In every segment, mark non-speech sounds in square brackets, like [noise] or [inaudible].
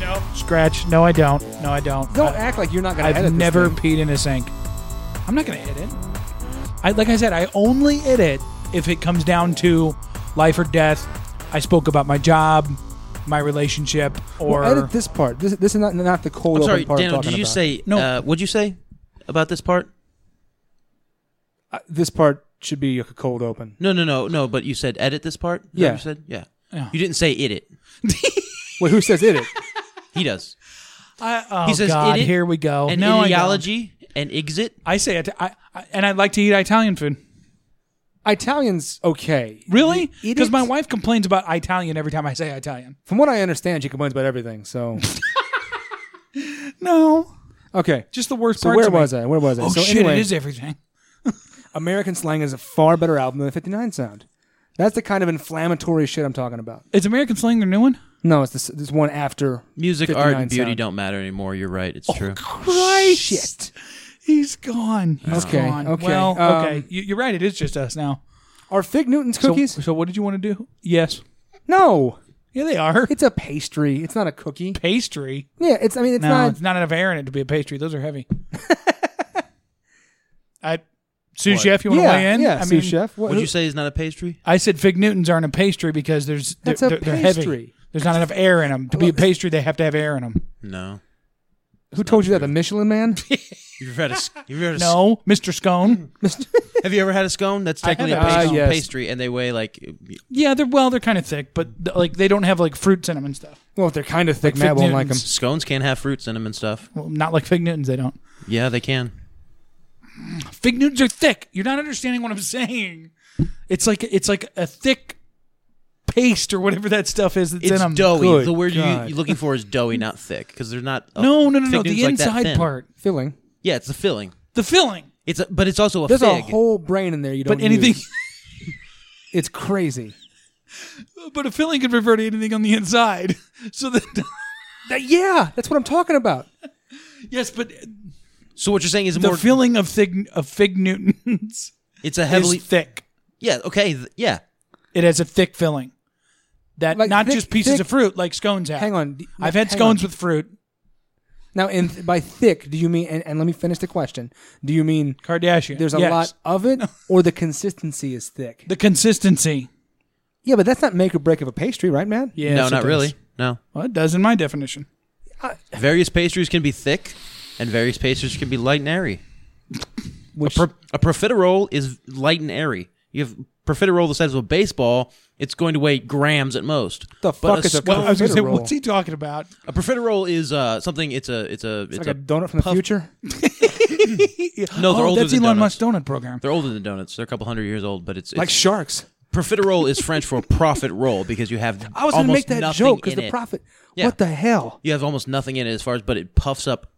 No. Scratch. No, I don't. No, I don't. Don't I, act like you're not going to edit I've this never thing. peed in a sink. I'm not going to edit. I like I said, I only edit if it comes down to life or death. I spoke about my job, my relationship, or Well, edit this part. This, this is not, not the cold I'm open sorry, part. I'm Daniel. talking Did you about. say No. no? Uh, what'd you say about this part? Uh, this part should be a cold open? No, no, no, no. But you said edit this part. Is that what Yeah. you said yeah. Yeah. You didn't say it. It. Wait, who says edit? He does. I, oh He says God, idiot here we go. An no, I don't. ideology, an exit. I, say it. I, I and I like to eat Italian food. [laughs] Italian's okay. Really? Eat Because it? my wife complains about Italian every time I say Italian. From what I understand, she complains about [laughs] everything. So No, okay. just the worst So parts. where of me. was I? Where was I? Oh so shit! anyway, It is everything. American Slang is a far better album than the '59 sound. That's the kind of inflammatory shit I'm talking about. Is American Slang their new one? No, it's this, this one after Music, 59 art, and beauty sound. don't matter anymore. You're right. It's true. Christ. Shit. He's gone. He's Okay, gone. okay, Well, um, okay. You, you're right. It is just us now. Are Fig Newton's cookies? [laughs] So, so what did you want to do? Yes. no, Yeah, they are. it's a pastry. It's not a cookie. pastry. Yeah, it's. I mean, it's no, not. it's not enough air in it to be a pastry. Those are [laughs] heavy. I, sous chef, you want to yeah, weigh in? yeah. I sous mean, chef. What, Would you say it's not a pastry? I said fig Newtons aren't a pastry because there's they're, That's a they're, they're heavy. pastry. There's not enough air in them. To be a pastry, they have to have air in them. No. Who told you that? The Michelin [laughs] Man? You've had a. s- You've had a s- No, Mr. Hmm. Scone. Have you ever had a scone? That's technically a haven't. pastry, Ah, yes. pastry, and they weigh like. Yeah, they're well, they're kind of thick, but like they don't have like fruits in them and stuff. well, if they're kind of thick, Like Matt Fig won't like them. Newtons. Scones can't have fruits in them and stuff. Well, not like fig Newtons, they don't. Yeah, they can. Fig Newtons are thick. You're not understanding what I'm saying. It's like it's like a thick paste or whatever that stuff is that's in It's them. doughy. Good the word you, God. you're looking for is doughy, not thick, because they're not. uh, No, no, no, fig no. Newtons The like that inside thin. part, Filling. Yeah, it's the filling. the filling. It's a, but it's also a There's a fig. whole brain in there you don't. But anything, [laughs] use. It's crazy. but a filling could refer to anything on the inside. [laughs] So that That- yeah, that's what I'm talking about. yes, but so what you're saying is the more. filling of fig of fig Newtons [laughs] it's a is heavily. thick. yeah. Okay. th- yeah. It has a thick filling. That Like not thick- just pieces thick- of fruit like scones have. Hang on. I've had Hang scones on. with fruit. Now, in by thick, do you mean? And, and let me finish the question. Do you mean Kardashian. there's a yes. lot of it, or the consistency is thick? The consistency. yeah, but that's not make or break of a pastry, right, man? Yes, no, it not does. really. No. Well, it does in my definition. Various pastries can be thick, and various pastries can be light and airy. Which Pro- a profiterole is light and airy. You have profiterole the size of a baseball. It's going to weigh grams at most. But the fuck is a squ- Well, I was going to say, profiterole? what's he talking about? a profiterole is uh, something. It's a. It's a. It's, Like a, a donut from the puff- future. No, they're oh, older that's than Elon donuts. Musk's donut program. They're older than donuts. They're a couple hundred years old, but it's, it's like sharks. profiterole is French for profit roll because you have I was going to make that joke because because the profit. Yeah. What the hell? You have almost nothing in it as far as, but it puffs up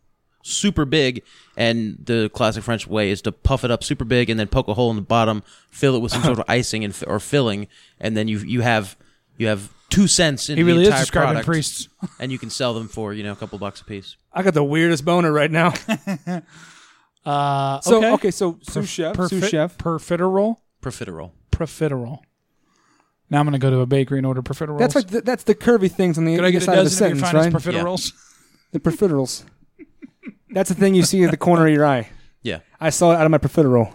super big. And the classic French way is to puff it up super big and then poke a hole in the bottom, fill it with some sort [laughs] of icing and fi- or filling, and then you you have you have two cents in He the really is entire describing product, priests. and you can sell them for you know a couple bucks a piece. I got the weirdest boner right now. Uh, So okay. okay, so sous chef, sous Perfi- chef. Profiterole. Profiterole. Profiterole. Now I'm going to go to a bakery and order profiteroles. That's like the, that's the curvy things on the Could I other get a side of the dozen of your sentence, finest right? profiteroles? [laughs] the profiteroles. [laughs] that's the thing you see at the corner of your eye. Yeah. I saw it out of [laughs] my profiterole.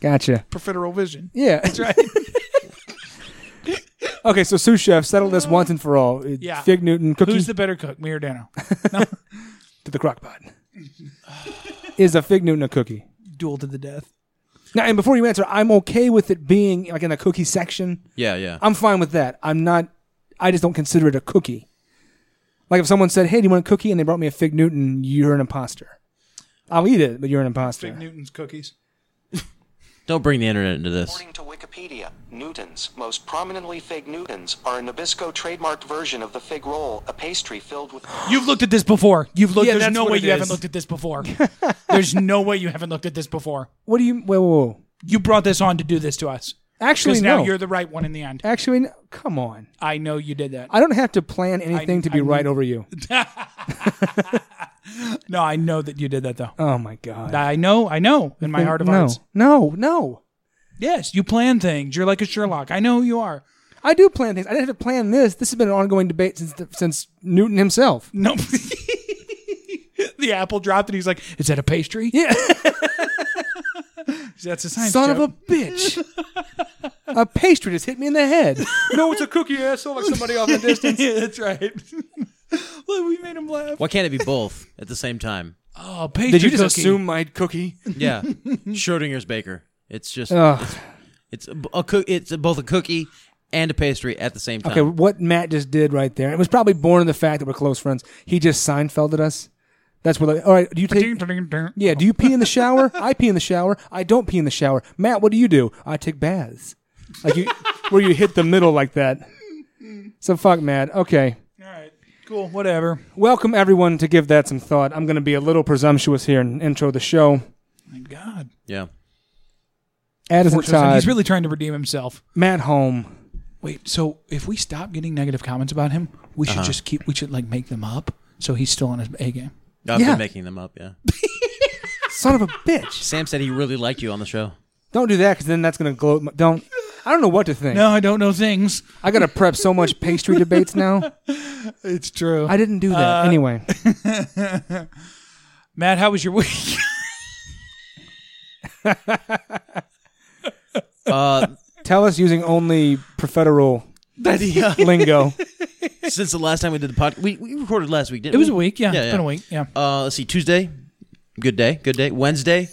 Gotcha. Profiterole vision. Yeah, that's right. [laughs] okay, so sous chef, settle this once and for all. Uh, Yeah. Fig Newton cookie Who's the better cook, me or Dano? to the crock pot. Is a fig Newton a cookie? Duel to the death. Now, and before you answer, I'm okay with it being like in the cookie section. Yeah. Yeah. Um, I'm fine with that. I'm not. I just don't consider it a cookie. Like if someone said, "Hey, do you want a cookie?" and they brought me a fig Newton, you're an imposter. I'll eat it, but you're an imposter. Newton's cookies. Don't bring the internet into this. According to Wikipedia, Newtons, most prominently fig Newtons, are a Nabisco trademarked version of the fig roll, a pastry filled with. You've looked at this before. You've looked. Yeah, there's that's no what way it you haven't is. looked at this [laughs] before. there's no way you haven't looked at this before. What do you? Whoa, whoa, whoa. You brought this on to do this to us. Actually, Because now no. you're the right one in the end. Actually, no. come on. I know you did that. I don't have to plan anything to be I- right [laughs] over you. No, I know that you did that though. Oh my god. I know, I know. In my heart of no, hearts, no, no. yes, you plan things. You're like a Sherlock. I know who you are. I do plan things. I didn't have to plan this. This has been an ongoing debate since the, since Newton himself. No, [laughs] the apple dropped, and he's like, "Is that a pastry?" Yeah. [laughs] That's a science Son joke. of a bitch. [laughs] a pastry just hit me in the head. no, it's a cookie, asshole. Like somebody off in the [laughs] distance. yeah, that's [laughs] right. Look, we made him laugh. Why can't it be both at the same [laughs] time? Oh, pastry Did you just cookie. assume my cookie? Yeah, Schrodinger's baker. It's just Uh, Ugh. it's a, a coo- It's both a cookie and a pastry at the same time. Okay, what Matt just did right there. It was probably born in the fact that we're close friends. He just Seinfelded us. That's what. All right, do you take? Yeah, do you pee in the shower? I pee in the shower. I don't pee in the shower. Matt, what do you do? I take baths. Like you, where you hit the middle like that. So fuck Matt. Okay. All right, cool, whatever. Welcome everyone to give that some thought. I'm going to be a little presumptuous here and intro the show. Thank God. Yeah. Addison Fortunately, Todd, He's really trying to redeem himself. Matt Home. Wait, so if we stop getting negative comments about him, we Uh-huh. should just keep. We should like make them up. So he's still on his A game. I've Yeah. been making them up. Yeah. Son of a bitch. Sam said he really liked you on the [laughs] show. Don't do that because then that's going to gloat. My, don't. I don't know what to think. No, I don't know things. I got to prep so much pastry debates now. It's true. I didn't do that. anyway, Matt, how was your week? Uh, tell us using only profederal uh, lingo. [laughs] since the last time we did the podcast, we, we recorded last week, didn't [laughs] It we? was a week. Yeah, Yeah, it's yeah. been a week. Yeah, Uh, let's see. Tuesday, good day, good day. Wednesday,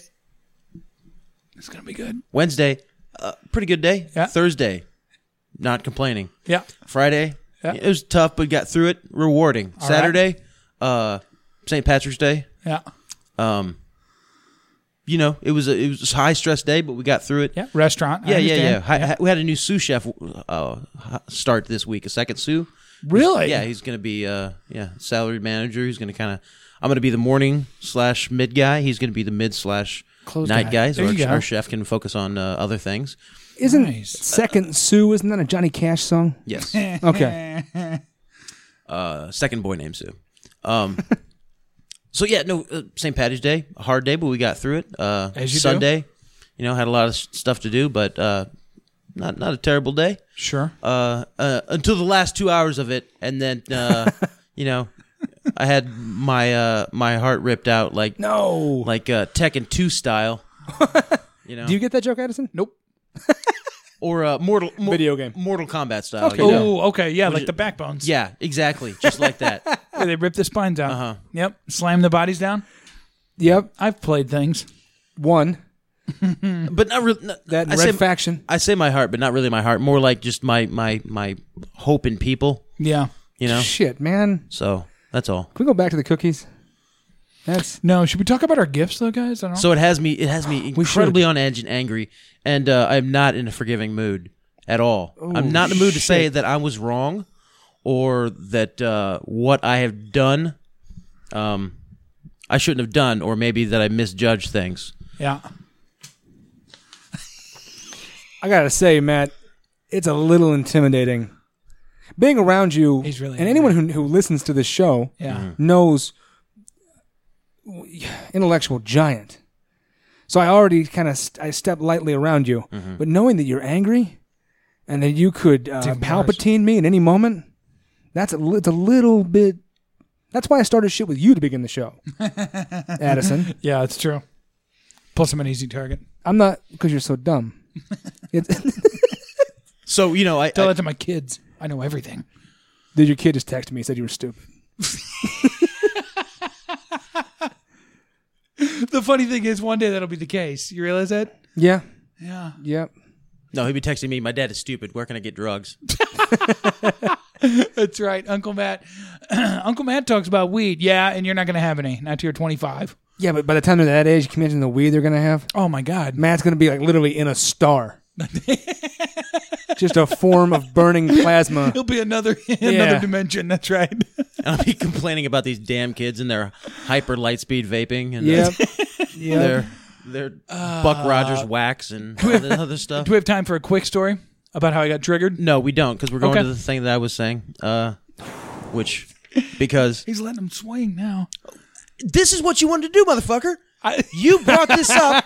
it's gonna be good. Wednesday, uh, pretty good day. Yeah. Thursday, not complaining. Yeah, Friday, Yeah. it was tough, but got through it. Rewarding. right. Saturday, uh, St. Patrick's Day. yeah, Um, you know, it was a it was a high stress day, but we got through it. yeah. Restaurant. I Yeah, yeah, yeah. understand. Hi- hi- We had a new sous chef uh, start this week, a second sous. Really? Yeah, he's going to be uh, yeah salaried manager. He's going to kind of. I'm going to be the morning slash mid guy. He's going to be the mid slash Close night guy. guy. So There our, you go. our chef can focus on uh, other things. [laughs] Isn't Nice. Second Sue? Isn't that a Johnny Cash song? [laughs] Yes. Okay. uh, second boy named Sue. [laughs] Um, so yeah, no uh, St. Patty's Day, a hard day, but we got through it. Uh, As you do. Sunday, you know, had a lot of s- stuff to do, but uh, not not a terrible day. Sure. uh, uh, until the last two hours of it, and then [laughs] uh, you know, I had my uh, my heart ripped out like [laughs] No. like uh, Tekken two style. [laughs] You know, Do you get that joke, Addison? Nope. or uh, Mortal Mor- Video game. Mortal Kombat style. Okay. you know? Oh, okay. Yeah, like it- the backbones. Yeah, exactly, just like [laughs] that. Where they rip the spines out. Uh-huh. Yep. Slam the bodies down. Yep. I've played things. One. But not really. Not, That I red say, faction. I say my heart, but not really my heart. More like just my my my hope in people. Yeah. You know, Shit, man. so that's all. Can we go back to the cookies? That's No, should we talk about our gifts though, guys? I don't. So it has me it has me incredibly on edge and angry, and uh, I'm not in a forgiving mood at all. I'm not in a mood to say that I was wrong or that uh, what I have done, um, I shouldn't have done, or maybe that I misjudged things. yeah. I gotta say, Matt, it's a little intimidating. Being around you, He's really and anyone who, who listens to this show Yeah. knows intellectual giant. So I already kind of st- I step lightly around you, but knowing that you're angry and that you could uh, Even worse. Palpatine me at any moment, that's a, li- it's a little bit. That's why I started shit with you to begin [laughs] the show, Addison. Yeah, it's true. Plus, I'm an easy target. I'm not because you're so dumb. It's, [laughs] So you know, I, Tell I that to my kids. I know everything. Did your kid just text me and said you were stupid? The funny thing is, one day that'll be the case. You realize that? Yeah. Yeah. Yep. no, he'd be texting me. My dad is stupid. Where can I get drugs? That's right, Uncle Matt. [clears throat] Uncle Matt talks about weed. Yeah, and you're not going to have any. Not till you're 25. Yeah, but by the time they're that age, can you imagine the weed they're gonna have? Oh my God, Matt's gonna be like literally in a star, just a form of burning [laughs] plasma. it'll be another Yeah. another dimension. That's right. [laughs] [laughs] And I'll be complaining about these damn kids and their hyper light speed vaping and Yep. their their Buck Rogers wax and all that other stuff. Do we have time for a quick story about how I got triggered? No, we don't, because we're going Okay. to the thing that I was saying, uh, which because He's letting him swing now. this is what you wanted to do, motherfucker. I- you brought this up,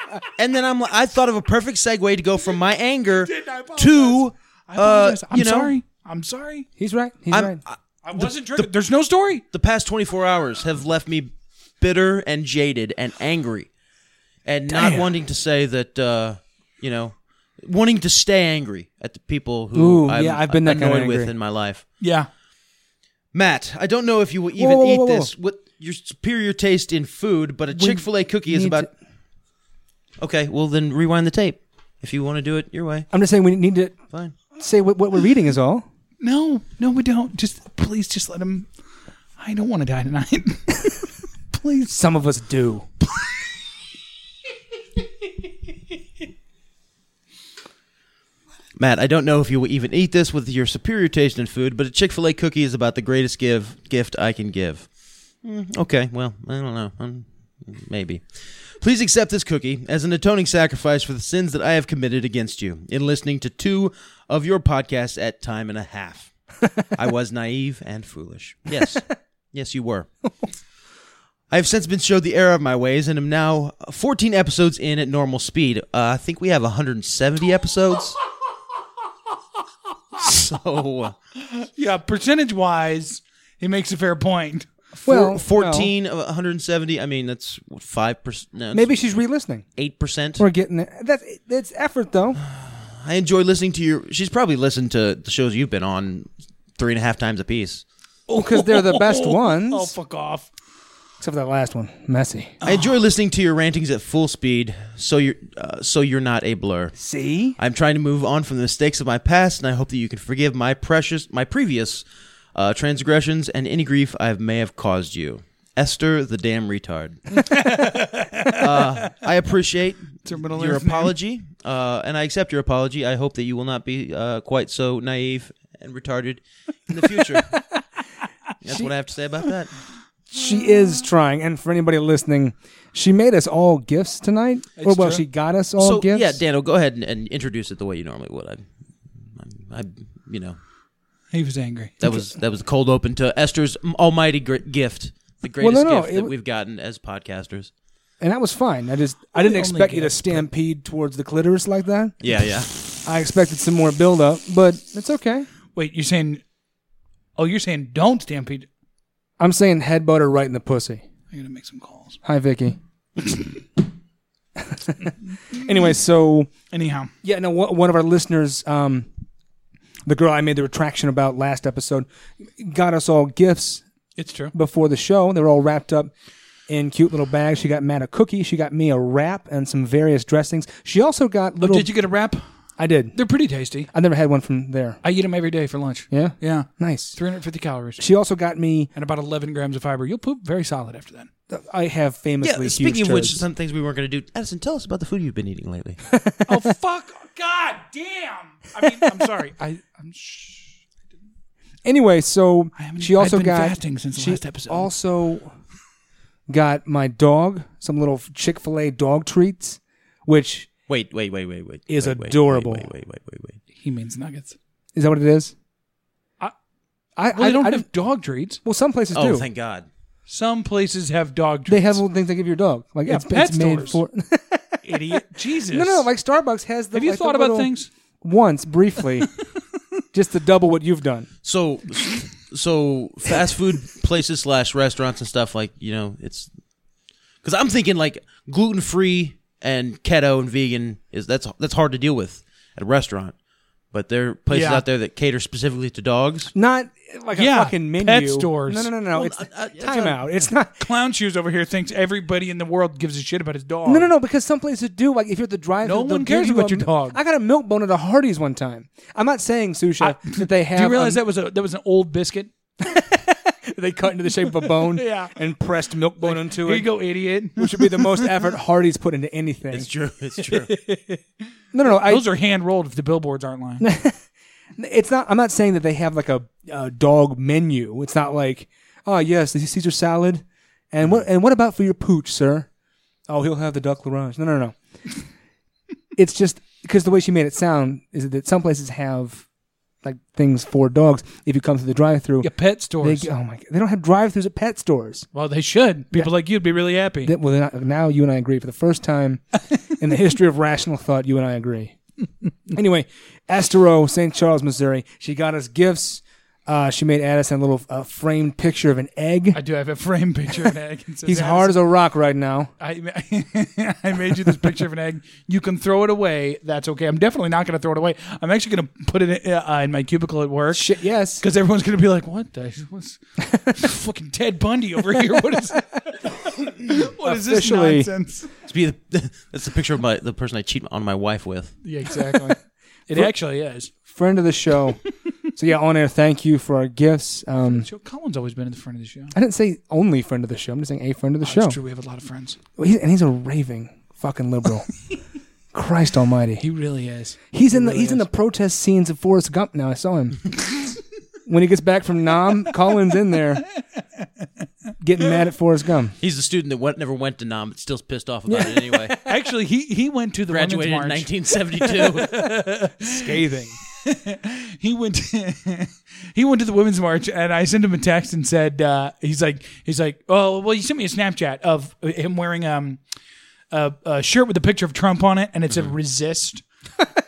[laughs] and then I'm like, I thought of a perfect segue to go from my anger to I uh, apologize. I'm you know, sorry. I'm sorry. He's right. He's I'm- right. I- I wasn't triggered. There's no story. the past 24 hours have left me bitter and jaded and angry, and not Damn. wanting to say that uh, you know, wanting to stay angry at the people Ooh, who I'm yeah, I've been that kind of annoyed with angry. in my life. Yeah. Matt, I don't know if you will even whoa, eat whoa, whoa. this with your superior taste in food, but a Chick fil A cookie is need about. Okay, well, then rewind the tape. If you want to do it your way, I'm just saying we need to fine. say what, what we're reading is all. No, no, we don't. Just please, just let him. I don't want to die tonight. [laughs] please. Some of us do. Matt, I don't know if you will even eat this with your superior taste in food, but a Chick fil A cookie is about the greatest give, gift I can give. Mm, okay, well, I don't know. Um, maybe. Please accept this cookie as an atoning sacrifice for the sins that I have committed against you in listening to two of your podcasts at time and a half. I was naive and foolish. Yes. Yes, you were. I have since been showed the error of my ways and am now 14 episodes in at normal speed. Uh, I think we have 170 episodes. So [laughs] uh, Yeah, percentage wise, he makes a fair point. Well, 14 of 170. I mean, that's 5%. No, Maybe she's re-listening. 8%. We're getting it. That's that's effort though. I enjoy listening to your. She's probably listened to the shows you've been on three and a half times apiece. Because they're the best ones. Oh, fuck off. Except for that last one, messy. I enjoy listening to your rantings at full speed, so you're uh, so you're not a blur. See, I'm trying to move on from the mistakes of my past, and I hope that you can forgive my precious, my previous uh, transgressions and any grief I may have caused you. Esther, the damn retard. uh, I appreciate her middle your last name. apology, uh, and I accept your apology. I hope that you will not be uh, quite so naive and retarded in the future. That's what I have to say about that. she is trying. And for anybody listening, she made us all gifts tonight. or well, true. she got us all so gifts. yeah, Daniel, go ahead and, and introduce it the way you normally would. I, I, I you know, He was angry. That was that was the cold open to Esther's almighty gr- gift, the Well, greatest no, no, gift it that wa- we've gotten as podcasters. and that was fine. I just I didn't only expect you to gift, stampede towards the clitoris like that. Yeah, [laughs] yeah. I expected some more build up, but it's okay. Wait, you're saying. Oh, you're saying don't stampede. I'm saying headbutt her right in the pussy. I gotta make some calls. Hi, Vicky. [laughs] anyway, so Anyhow, yeah, no, one one of our listeners, um, the girl I made the retraction about last episode, got us all gifts it's true. before the show. They were all wrapped up in cute little bags. She got Matt a cookie. She got me a wrap and some various dressings. She also got little. Oh, Did you get a wrap? I did. They're pretty tasty. I never had one from there. I eat them every day for lunch. Yeah? Yeah. Nice. 350 calories She also got me. and about 11 grams of fiber. You'll poop very solid after [laughs] that. I have famously. yeah. Speaking huge of which, turds. some things we weren't going to do. Addison, tell us about the food you've been eating [laughs] lately. oh, fuck. God damn. I mean, I'm [laughs] sorry. I, I'm sh- Anyway, so haven't- she also I've been got fasting since the she last episode. Also, got my dog some little Chick Fil A dog treats, which wait, wait, wait, wait, wait. Is wait, wait, adorable. Wait, wait, wait, wait, wait. wait. He means nuggets. is that what it is? I- I, Well, I they don't I have dog treats. Well, some places Oh, do. thank God. Some places have dog treats. they have little things they give your dog. Like It's it's, pet it's made stores. for. idiot. Jesus. [laughs] no, no, like Starbucks has the. have you like the thought about little- things? [laughs] once briefly? just to double what you've done. So, so fast food places slash restaurants and stuff like you know it's because I'm thinking like gluten free and keto and vegan is that's that's hard to deal with at a restaurant, But there are places Yeah. out there that cater specifically to dogs. Not like Yeah, a fucking menu. pet stores. No, no, no, no. it's uh, uh, that's time what- out. It's not. Clown Shoes over here thinks everybody in the world gives a shit about his dog. No, no, no. Because some places do. Like if you're at the drive, No one cares about your dog. I got a milk bone at a Hardee's one time. I'm not saying sushi I- that they [laughs] have. Do um, you realize a- that was a that was an old biscuit? they cut into the shape of a bone? [laughs] Yeah. and pressed milk bone into Here it. you go, idiot. Which would be the most [laughs] effort Hardee's put into anything. It's true. It's true. no, no, no. [laughs] I, Those are hand rolled if the billboards aren't [laughs] lying. it's not. I'm not saying that they have like a, a dog menu. It's not like, oh yes, the Caesar salad, and what and what about for your pooch, sir? Oh, he'll have the duck l'orange. No, no, no. it's just because the way she made it sound is that some places have like things for dogs. If you come through the drive-through, Yeah, pet they stores. oh my, they don't have drive-throughs at pet stores. well, they should. People like you'd be really happy. That, well, they're not- now you and I agree for the [laughs] first time in the history of rational thought. You and I agree. anyway, Estero, St. Charles, Missouri. She got us gifts. Uh, she made Addison a little uh, framed picture of an egg. I do have a frame picture of an egg. [laughs] It says, He's hard as a rock right now. I, [laughs] I made you this picture of an egg. You can throw it away. That's okay. I'm definitely not going to throw it away. I'm actually going to put it in, uh, in my cubicle at work. [laughs] Shit, yes. Because everyone's going to be like, what the? [laughs] What's, fucking Ted Bundy over here. What is, [laughs] what is this Officially. nonsense? It's be the, [laughs] that's the picture of my the person I cheat on my wife with. Yeah, exactly. [laughs] It actually is. Friend of [laughs] the show. so yeah, on air. Thank you for our gifts. Um, Joe Collins always been in the front of the show. I didn't say only friend of the show. I'm just saying a friend of the show. It's true. We have a lot of friends. Well, he's- and he's a raving [laughs] fucking liberal. Christ Almighty. He really is. He's in the he's in the protest scenes of Forrest Gump now. I saw him. when he gets back from Nam, Colin's in there getting mad at Forrest Gump. He's the student that went, never went to Nam, but still's pissed off about [laughs] it anyway. Actually, he he went to the Graduated in women's march. [laughs] 1972. scathing. [laughs] he went he went to [laughs] the women's march and I sent him a text and said uh, he's like he's like oh well you sent me a Snapchat of him wearing um a, a shirt with a picture of Trump on it and it said resist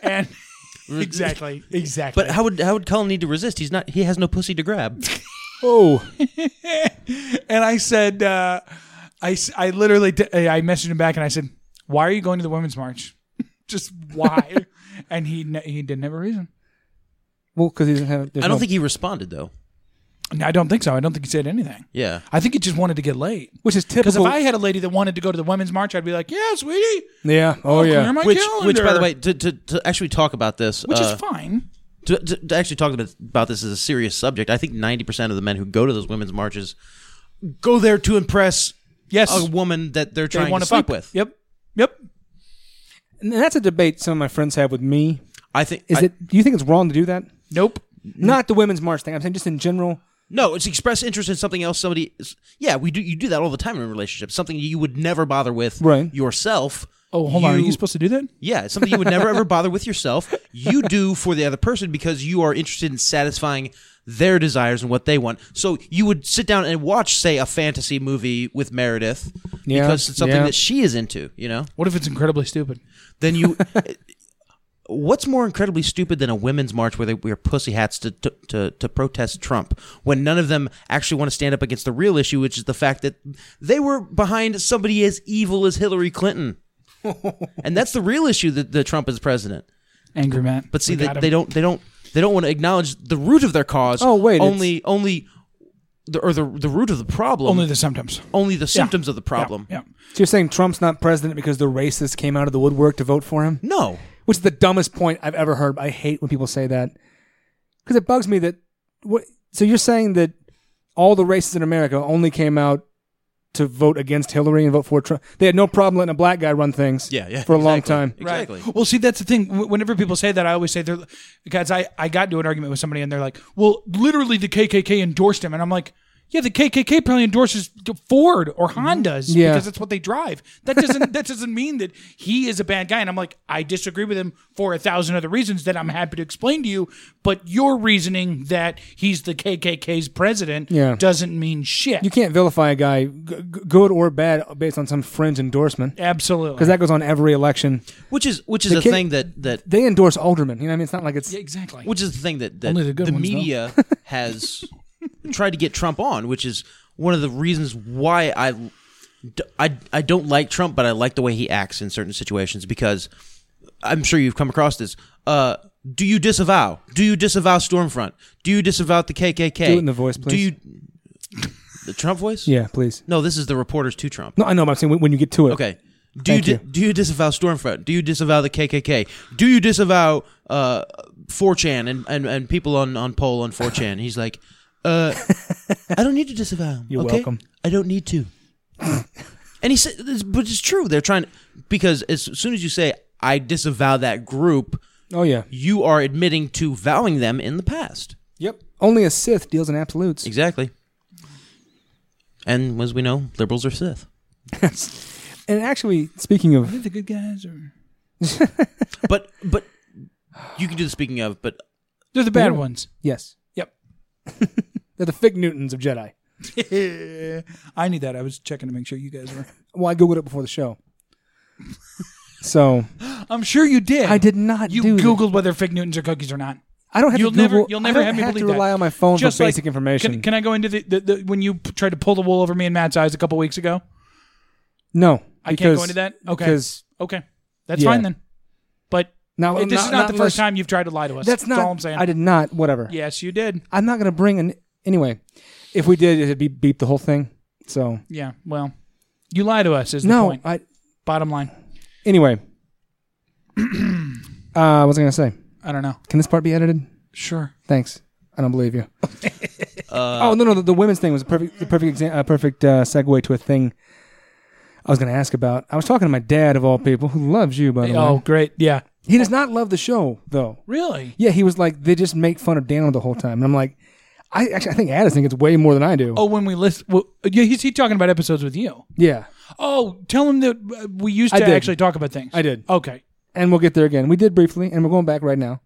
and [laughs] exactly exactly but how would how would Cullen need to resist? He's not. He has no pussy to grab. [laughs] Oh, and I said uh, I s- I literally d- I messaged him back and I said why are you going to the women's march [laughs] just [laughs] why and he ne- he didn't have a reason. well, because he doesn't have. I don't think he responded though. No, I don't think so. I don't think he said anything. Yeah. I think he just wanted to get laid. which is Because typical. if I had a lady that wanted to go to the women's march, I'd be like, "Yeah, sweetie, yeah. Oh, clear yeah. my Which, calendar." which, by the way, to, to, to actually talk about this, which uh, is fine. to, to, to actually talk about, about this as a serious subject, I think 90% of the men who go to those women's marches go there to impress Yes, a woman that they're they trying want to to fuck sleep with. with. Yep, yep. And that's a debate some of my friends have with me. I think Is I- it? Do you think it's wrong to do that? Nope. Not the women's march thing. I'm saying just in general. No, it's express interest in something else. Somebody, yeah, we do. You do that all the time in relationships. Something you would never bother with Right. yourself. Oh, hold on. Are you supposed to do that? Yeah, it's something you would never [laughs] ever bother with yourself. You do for the other person because you are interested in satisfying their desires and what they want. So you would sit down and watch, say, a fantasy movie with Meredith Yeah, because it's something yeah. that she is into. You know, What if it's incredibly stupid? then you. What's more incredibly stupid than a women's march where they wear pussy hats to, to, to, to protest Trump when none of them actually want to stand up against the real issue, which is the fact that they were behind somebody as evil as Hillary [laughs] Clinton. and that's the real issue that, that Trump is president. Angry man. But see, We they, got him. they don't they don't they don't want to acknowledge the root of their cause. Oh, wait, it's- only only the or the the root of the problem. only the sometimes. only the symptoms of the problem. Yeah. So you're saying Trump's not president because the racists came out of the woodwork to vote for him? No, which is the dumbest point I've ever heard. I hate when people say that because it bugs me that. What, so you're saying that all the races in America only came out to vote against Hillary and vote for Trump? They had no problem letting a black guy run things. Yeah, yeah, for a long exactly. time. Right. Exactly. Well, see, that's the thing. Wh- Whenever people say that, I always say they're because I I got into an argument with somebody and they're like, "Well, literally the KKK endorsed him," and I'm like. Yeah, the KKK probably endorses Ford or Hondas Mm-hmm. Yeah. because that's what they drive. That doesn't that doesn't mean that he is a bad guy. And I'm like, I disagree with him for a thousand other reasons that I'm happy to explain to you. But your reasoning that he's the KKK's president Yeah. doesn't mean shit. You can't vilify a guy, g- g- good or bad, based on some fringe endorsement Absolutely, because that goes on every election. which is which is a kid- thing that that They endorse aldermen. You know what I mean? It's not like it's. Yeah, exactly. which is the thing that, that Only the the, good ones, though. [laughs] media has tried to get Trump on, which is one of the reasons why I, d- I, I don't like Trump, but I like the way he acts in certain situations because I'm sure you've come across this. Uh, Do you disavow? Do you disavow Stormfront? Do you disavow the KKK? Do it in the voice, Do please. you [laughs] the Trump voice? Yeah, please. No, this is the reporters to Trump. No, I know. But I'm saying when, when you get to it. Okay. Do you, Thank di- you. do you disavow Stormfront? Do you disavow the KKK? Do you disavow uh, 4chan and, and, and people on, on poll on 4chan? He's like, [laughs] uh, I don't need to disavow. You're okay? welcome. I don't need [laughs] to. and he said, this- but it's true. They're trying to, because as soon as you say, I disavow that group, Oh yeah. you are admitting to vowing them in the past. Yep. Only a Sith deals in absolutes. Exactly. And as we know, liberals are Sith. [laughs] And actually, speaking of, The good guys are But, but you can do the speaking of, but they're the bad ones. yes, Yep. [laughs] they're the fig Newtons of Jedi. [laughs] I knew that. I was checking to make sure you guys were. Well, I googled it before the show. [laughs] So I'm sure you did. I did not You do that. googled whether fig Newtons are cookies or not. I don't have You'll to Google. never, you'll never I don't have me believe to rely that. on my phone Just for like- basic information. Can, can I go into the, the, the when you p- tried to pull the wool over me and Matt's eyes a couple weeks ago? no, I can't because- go into that. Okay, Because okay, that's Yeah. fine then. But now this is not, the first time you've tried to lie to us. That's not. all I'm saying. I did not. Whatever. Yes, you did. I'm not going to bring an anyway. If we did, it'd be beep the whole thing. So Yeah. Well, you lie to us. Is the no, point? I Bottom line. anyway. [clears throat] uh, what was I going to say? I don't know. Can this part be edited? Sure. Thanks. I [laughs] don't believe you. [laughs] oh no, no, the, the women's thing was a perfect, the perfect, exa- uh, perfect uh, segue to a thing I was going to ask about. I was talking to my dad of all people, who loves you by the Oh, way. great. Yeah. He does not love the show though. Really? Yeah, he was like they just make fun of Daniel the whole time, and I'm like, I actually I think Addis thinks it's way more than I do. Oh, when we list. Well, yeah, he's he talking about episodes with you. yeah, Oh, tell him that uh, we used I to did. actually talk about things. I did. Okay. and we'll get there again. We did briefly, and we're going back right now.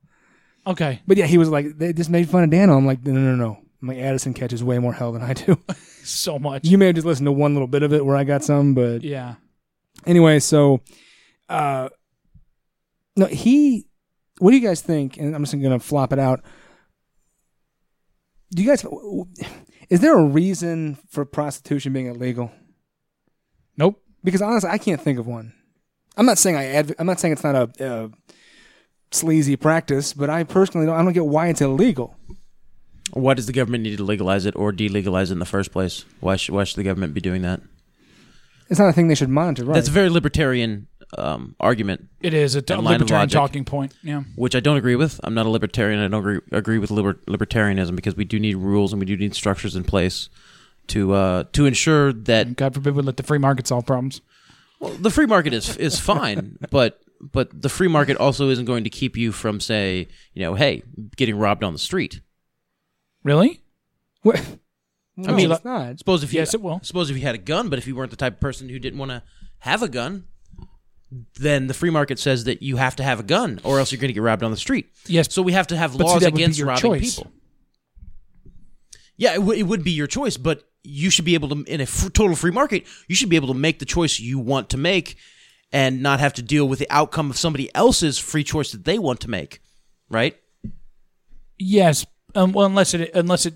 Okay. But yeah, he was like they just made fun of Daniel. I'm like, no, no, no, no. My Addison catches way more hell than I do. [laughs] So much. you may have just listened to one little bit of it where I got some, but yeah. anyway, so uh no, he what do you guys think? And I'm just going to flop it out. Do you guys is there a reason for prostitution being illegal? Nope. Because honestly, I can't think of one. I'm not saying I adv- I'm not saying it's not a uh, sleazy practice, but I personally don't I don't get why it's illegal. Why does the government need to legalize it or delegalize it in the first place? Why should why should the government be doing that? It's not a thing they should monitor, right? That's a very libertarian um, argument, It is a t- And line of libertarian logic. talking point. Yeah. which I don't agree with. I'm not a libertarian. I don't agree, agree with liber- libertarianism because we do need rules and we do need structures in place to uh, to ensure that God forbid we let the free market solve problems. well, the free market is is fine, [laughs] but but the free market also isn't going to keep you from say you know hey getting robbed on the street. Really? What- No, mean, it's not. Suppose if you, Yes, it will. Suppose if you had a gun, but if you weren't the type of person who didn't want to have a gun, then the free market says that you have to have a gun, or else you're going to get robbed on the street. Yes. So we have to have But see, laws that would be against your robbing choice. people. Yeah, it, w- it would be your choice, but you should be able to, in a f- total free market, you should be able to make the choice you want to make, and not have to deal with the outcome of somebody else's free choice that they want to make, right? Yes. Um, well, unless it unless it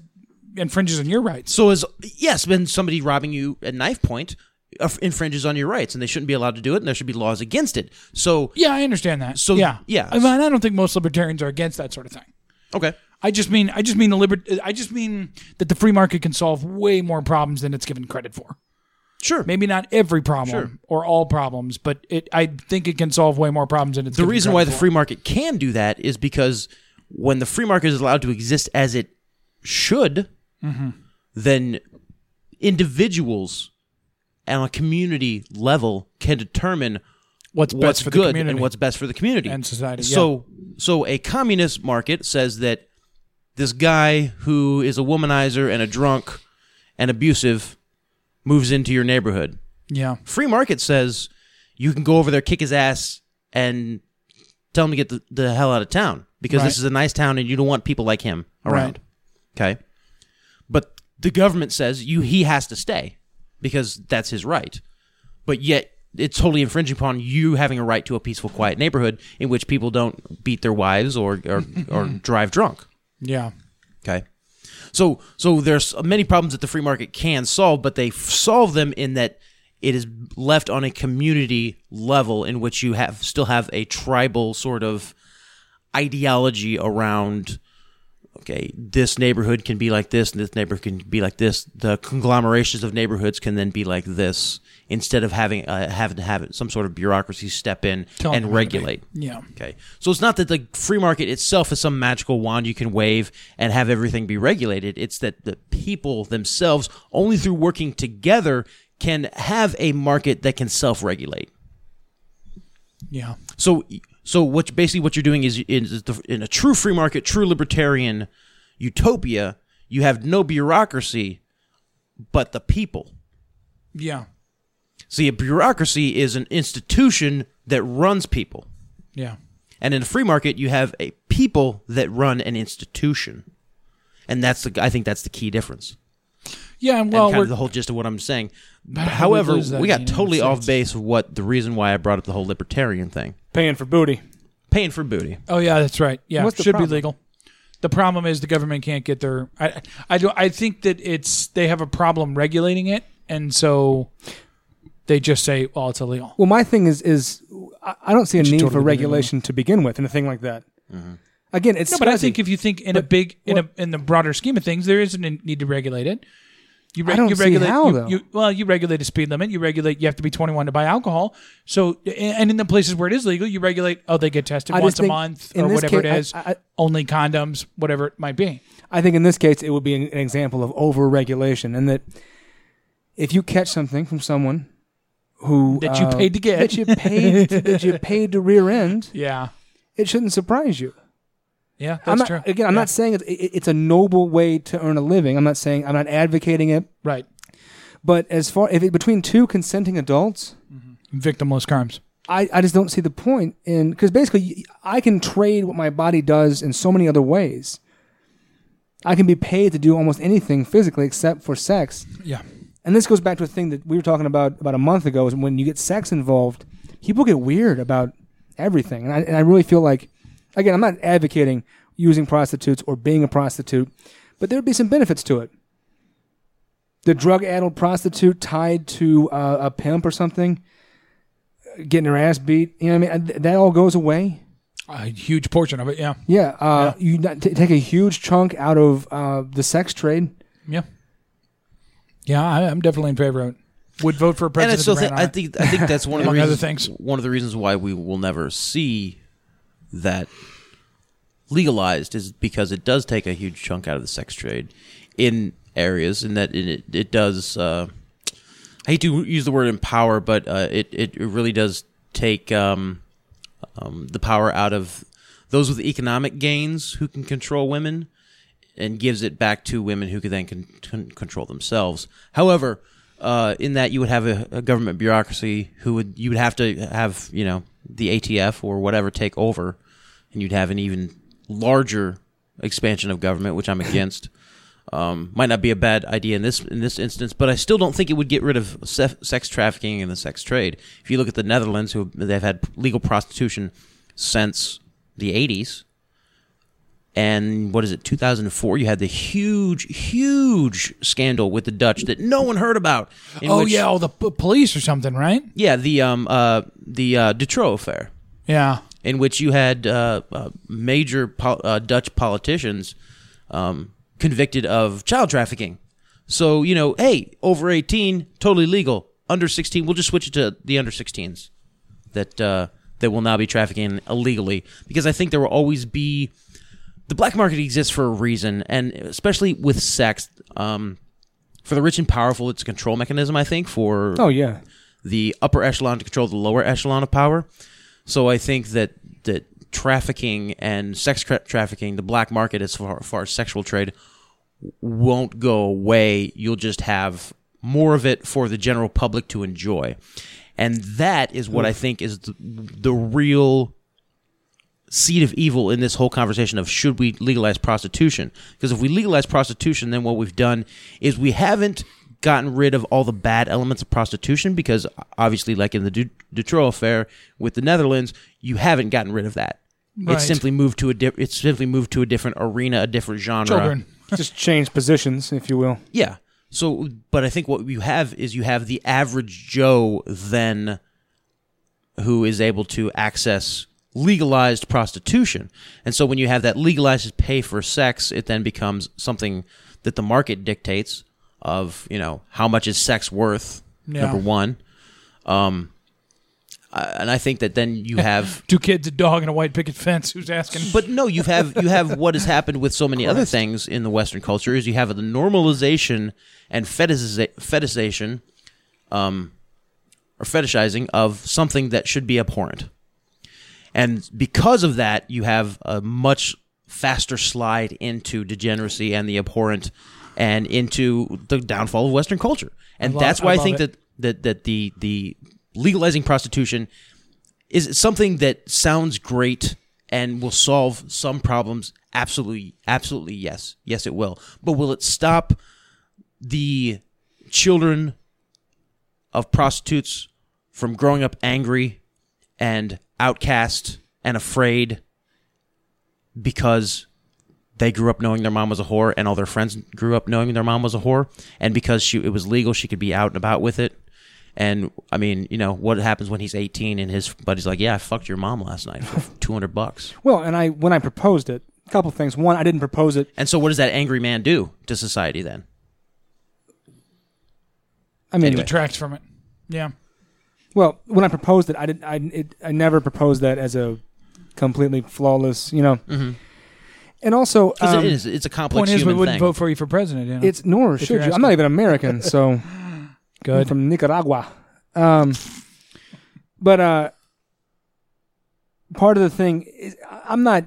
infringes on your rights. So is yes, when somebody robbing you at knife point uh, infringes on your rights, and they shouldn't be allowed to do it, and there should be laws against it. So Yeah, I understand that. So, yeah, yeah. I, mean, I don't think most libertarians are against that sort of thing. okay, I just mean, I just mean the libert. I just mean that the free market can solve way more problems than it's given credit for. sure. Maybe not every problem Sure. or all problems, but it. I think it can solve way more problems than it's. the given reason credit why the for. free market can do that is because when the free market is allowed to exist as it should, then individuals on a community level can determine what's best what's for the good community and what's best for the community And society, yeah. So, so a communist market says that this guy who is a womanizer and a drunk and abusive moves into your neighborhood. yeah. Free market says you can go over there, kick his ass, and tell him to get the, the hell out of town because Right. this is a nice town and you don't want people like him around. Okay, but the government says you he has to stay because that's his right but yet it's totally infringing upon you having a right to a peaceful, quiet neighborhood in which people don't beat their wives or or, or drive drunk. Yeah. Okay, so so there's many problems that the free market can solve, but they f- solve them in that it is left on a community level in which you have still have a tribal sort of ideology around okay, this neighborhood can be like this, and this neighborhood can be like this. The conglomerations of neighborhoods can then be like this instead of having uh, having to have some sort of bureaucracy step in Tell them and how to be. regulate. Yeah. Okay. So it's not that the free market itself is some magical wand you can wave and have everything be regulated. It's that the people themselves, only through working together, can have a market that can self-regulate. Yeah. So so what basically what you're doing is is the, in a true free market, true libertarian utopia, you have no bureaucracy, but the people. Yeah. See, a bureaucracy is an institution that runs people, Yeah. and in a free market, you have a people that run an institution, and that's the I think that's the key difference. Yeah. And and well, kind we're, of the whole gist of what I'm saying. we However, lose that we got in the totally United off base of what the reason why I brought up the whole libertarian thing, Paying for booty. paying for booty. oh yeah, that's right. Yeah, What's the should be problem? legal. The problem is the government can't get their. I I do I think that it's they have a problem regulating it, and so they just say, well, it's illegal. Well, my thing is is I I don't see a need totally for be regulation to begin with, and a thing like that. Again, it's No, but I fuzzy. think if you think in a But big in what- a in the broader scheme of things, there is a n- need to regulate it. You, re- I don't you see regulate how, you- though. you- well, you regulate a speed limit. You regulate. You have to be 21 to buy alcohol. So, a- and in the places where it is legal, you regulate. Oh, they get tested I just once a think month in or this whatever case- it is. I- I- only condoms, whatever it might be. I think in this case it would be an, an example of overregulation, and that if you catch something from someone who That you uh, paid to get. that you paid to, that you paid to rear end, Yeah, it shouldn't surprise you. yeah, that's I'm not, true. Again, I'm Yeah. not saying it's, it, it's a noble way to earn a living. I'm not saying I'm not advocating it. right. But as far if it between two consenting adults, Victimless crimes. I, I just don't see the point in because basically I can trade what my body does in so many other ways. I can be paid to do almost anything physically except for sex. Yeah, And this goes back to a thing that we were talking about about a month ago is when you get sex involved, people get weird about everything. And I, and I really feel like, again, I'm not advocating using prostitutes or being a prostitute, but there would be some benefits to it. The drug addled prostitute tied to uh, a pimp or something, getting her ass beat, you know what I mean? Th- That all goes away. a huge portion of it. Yeah, Yeah. Uh, You not t- take a huge chunk out of uh, the sex trade. yeah, yeah. I, I'm definitely in favor of it. Would vote for a and president. I still that ran think on I think I it. think that's [laughs] one of the Among other reasons, things. One of the reasons why we will never see that legalized is because it does take a huge chunk out of the sex trade in areas, and that it it does. Uh, I hate to use the word empower, but uh, it it really does take um, um, the power out of those with economic gains who can control women and gives it back to women who can then con- con- control themselves. However, uh, in that you would have a, a government bureaucracy who would you would have to have you know the ATF or whatever take over, and you'd have an even larger expansion of government, which I'm against. Um, might not be a bad idea in this in this instance, but I still don't think it would get rid of se- sex trafficking and the sex trade. If you look at the Netherlands, who they've had legal prostitution since the 80s, and what is it 2004 you had the huge huge scandal with the dutch that no one heard about in oh which- yeah, oh, the p- police or something, right? yeah the um uh the uh Dutroux affair Yeah, in which you had uh, uh major pol- uh, dutch politicians um convicted of child trafficking so you know hey over 18 totally legal under 16 we'll just switch it to the under 16s that uh that will now be trafficking illegally because i think there will always be the black market exists for a reason, and especially with sex, um, for the rich and powerful, it's a control mechanism. I think for Oh, yeah. the upper echelon to control the lower echelon of power. So I think that that trafficking and sex tra- trafficking, the black market as far, far as sexual trade, won't go away. You'll just have more of it for the general public to enjoy, and that is what I think is the, the real seed of evil in this whole conversation of should we legalize prostitution? Because if we legalize prostitution, then what we've done is we haven't gotten rid of all the bad elements of prostitution because obviously like in the Du- Dutroux affair with the Netherlands you haven't gotten rid of that Right. it's simply moved to a di- it's simply moved to a different arena a different genre children. Just change positions, if you will. yeah. So, but I think what you have is you have the average Joe then who is able to access legalized prostitution. And so when you have that legalized pay for sex, it then becomes something that the market dictates of, you know, how much is sex worth, Yeah. number one. Um, I- and I think that then you have Two kids, a dog, and a white picket fence. Who's asking? but no, you have you have what has happened with so many other things in the Western culture is you have the normalization and fetishiza- fetishization, um, or fetishizing of something that should be abhorrent, and because of that, you have a much faster slide into degeneracy and the abhorrent, and into the downfall of Western culture, and love- that's I why I, love think it. that that that the the legalizing prostitution is something that sounds great and will solve some problems absolutely absolutely yes yes it will but will it stop the children of prostitutes from growing up angry and outcast and afraid because they grew up knowing their mom was a whore and all their friends grew up knowing their mom was a whore and because she it was legal she could be out and about with it and i mean you know what happens when he's 18 and his buddy's like yeah i fucked your mom last night [laughs] for 200 bucks Well, and I when I proposed it, a couple things. One, I didn't propose it. and so what does that angry man do to society then I mean, Detracts from it. Yeah. well, when I proposed it, I didn't. I it, I never proposed that as a completely flawless, you know. And also, 'Cause um, it is it's a complex Point is, we human wouldn't thing vote for you for president. You know? It's nor should you're you. I'm not even American, so I'm good. from Nicaragua. Um, but uh, part of the thing is I- I'm not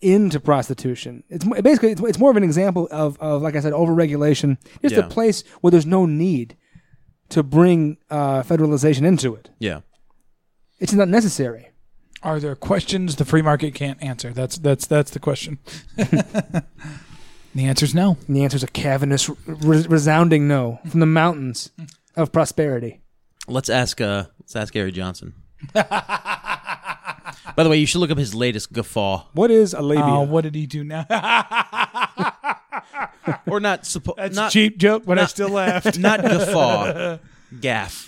into prostitution. It's mo- basically it's, it's more of an example of, of like I said overregulation. Just Yeah. a place where there's no need to bring uh, federalization into it. yeah It's not necessary. Are there questions the free market can't answer? That's that's that's the [laughs] question. the answer's no. And the answer is a cavernous, re- resounding no from the mountains of prosperity. let's ask uh let's ask gary johnson [laughs] by the way you should look up his latest guffaw What is a labia? Uh, what did he do now? [laughs] or not suppo- That's not cheap joke, but I not- still [laughs] laughed. not [laughs] guffaw gaff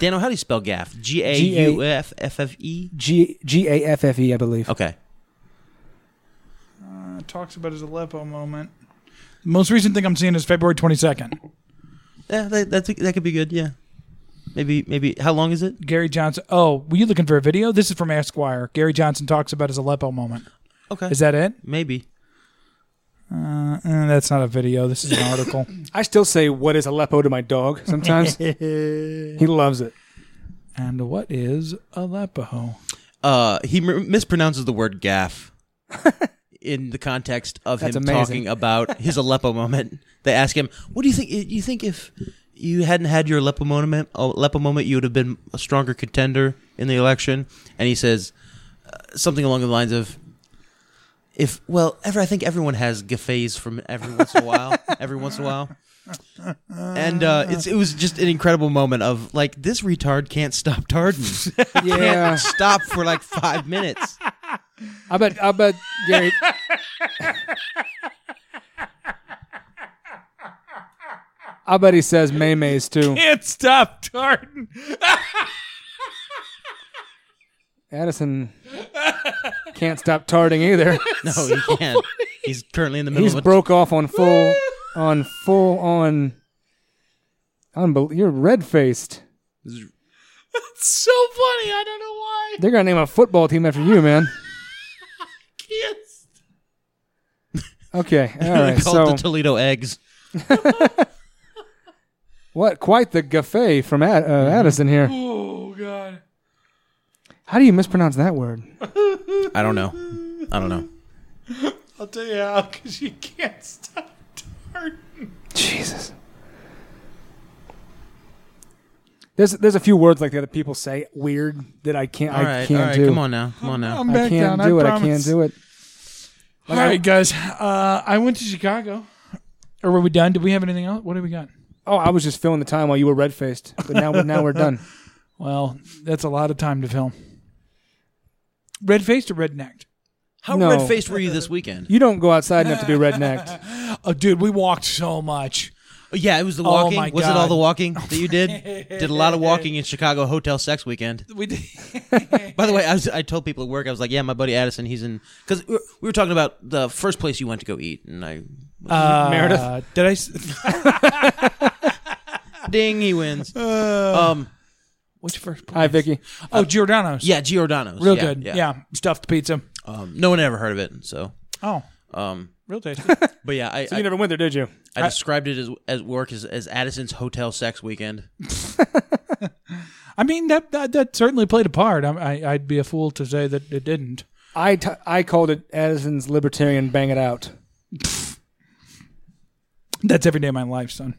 Dano, how do you spell gaff? G A U F F F E. G G A F F E, I believe. Okay. Talks about his Aleppo moment. Most recent thing I'm seeing is February 22nd. Yeah, that, that's, that could be good. Yeah. Maybe maybe how long is it? Gary Johnson. Oh, were you looking for a video? This is from Esquire. Gary Johnson talks about his Aleppo moment. Okay. Is that it? maybe? Uh, eh, that's not a video. This is an [laughs] article. I still say "What is Aleppo" to my dog sometimes. he loves it. and what is Aleppo? Uh, he m- mispronounces the word [laughs] gaff in the context of That's him amazing. talking about his Aleppo moment. They ask him, "What do you think? You think if you hadn't had your Aleppo moment, Aleppo moment, you would have been a stronger contender in the election?" And he says uh, something along the lines of. If well, ever I think everyone has gaffes from every once in a while. every once in a while, and uh, it's it was just an incredible moment of like this retard can't stop [laughs] tarding Yeah, stop for like five minutes. I bet. I bet Gary. I bet he says maymays too. Can't stop Tartan. Addison can't stop tarting [laughs] either. [laughs] No, he can't. He's currently in the middle He's of a [laughs] broke off [laughs] on full, on full on. Unbel- you're red faced. so funny. I don't know why. They're gonna name a football team after you, [laughs] man. Yes. [laughs] Okay, all right. called so the Toledo eggs. what? Quite the gaffe from Ad- uh, Addison here. Mm-hmm. Oh God. How do you mispronounce that word? I don't know. I don't know. I'll tell you how, because you can't stop Tartan. Jesus. There's there's a few words like that that people say weird that I can't All I right, all can't right. do. Come on now, come on now. I'm back I can't down. do I it. promise. I can't do it. All right, guys. Uh, I went to Chicago. Or were we done? Did we have anything else? What do we got? Oh, I was just filling the time while you were red faced, but now now we're done. Well, that's a lot of time to film. Red faced or red necked? How No. red faced were you this weekend? [laughs] You don't go outside enough to be rednecked. Oh, dude, we walked so much. Yeah, it was the Oh, walking. my was it God. all the walking that you did? did a lot of walking in Chicago hotel sex weekend. We did. By the way, I, was, I told people at work, I was like, yeah, my buddy Addison, he's in. Because we were- we were talking about the first place you went to go eat. And I. Uh, [laughs] Meredith, did I? s- ding, he wins. um, What's your first? Place? Hi, Vicky. oh, Giordano's. yeah, Giordano's. real Yeah, good. Yeah. Yeah. stuffed pizza. Um, no one ever heard of it. So. Oh, Um, real [laughs] tasty. but yeah, I, So I, you never went there, did you? I described it as as work as, as Addison's hotel sex weekend. I mean, that, that that certainly played a part. I, I I'd be a fool to say that it didn't. I, t- I called it Addison's Libertarian Bang It Out. That's every day of my life, son.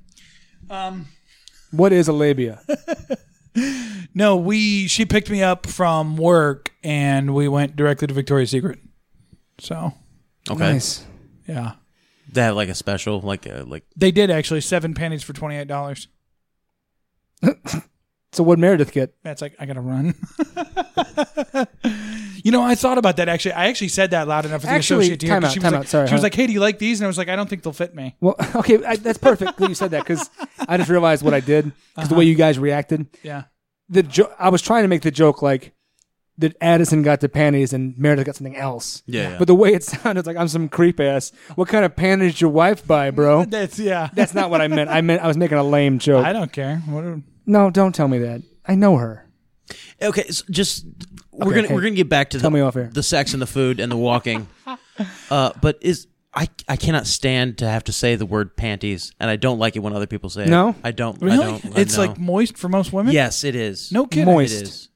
Um, What is a labia? No, we she picked me up from work and we went directly to Victoria's Secret. So Okay. nice. yeah, They have like a special, like a, like they did actually seven panties for twenty eight dollars. So what Meredith get? Matt's like, I gotta run. [laughs] you know, I thought about that actually. I actually said that loud enough for the Actually, associate to hear, time 'cause out, she was time like, out, sorry, she was huh? like, "Hey, do you like these?" And I was like, "I don't think they'll fit me." Well, [laughs] okay, I, that's perfect that you said that because I just realized what I did because the way you guys reacted. Yeah, The jo- I was trying to make the joke like that Addison got the panties and Meredith got something else. Yeah, yeah. But the way it [laughs] sounded, it's like I'm some creep ass. What kind of panties did your wife buy, [laughs] bro? that's yeah. That's not what I meant. I meant I was making a lame joke. I don't care. What are- no, don't tell me that. I know her. okay. So just we're Okay, gonna hey, we're gonna get back to tell the, me off air. the sex and the food and the walking. uh, but is I I cannot stand to have to say the word panties, and I don't like it when other people say it. No? I don't. really? I don't. I it's know. like moist for most women. yes, it is. no kidding. it Moist. is.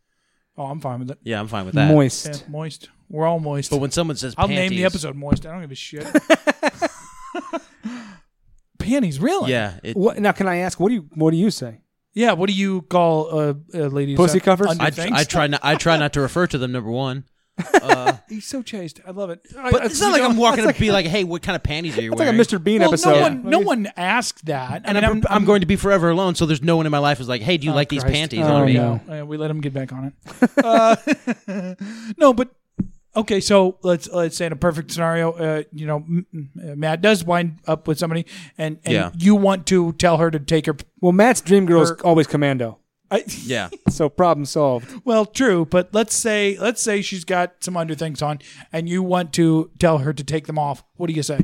Oh, I'm fine with it. Yeah, I'm fine with that. Moist. Yeah, moist. We're all moist. But when someone says I'll panties, name the episode moist. I don't give [laughs] a shit. panties, really? Yeah, it, What, now, can I ask what do you what do you say? Yeah. What do you call a, a lady? Pussy covers? Under I, things? I try not I try not to refer to them. Number one, He's so chaste. I love it. but it's not like I'm walking up and be like, "Hey, what kind of panties are you It's like a wearing?" Mr. Bean well, episode. no one, no one asked that. and I'm, I'm, going to be forever alone. So there's no one in my life who's like, "Hey, do you like these Christ. panties Oh, on me?" no. Uh, we let him get back on [laughs] it. Uh, [laughs] no, but okay. So let's let's say in a perfect scenario, uh, you know, M- M- Matt does wind up with somebody, and, and Yeah. you want to tell her to take her. Well, Matt's dream girl is Her- always commando. I, [laughs] Yeah, So problem solved. Well, true, but let's say let's say she's got some under things on, and you want to tell her to take them off. What do you say?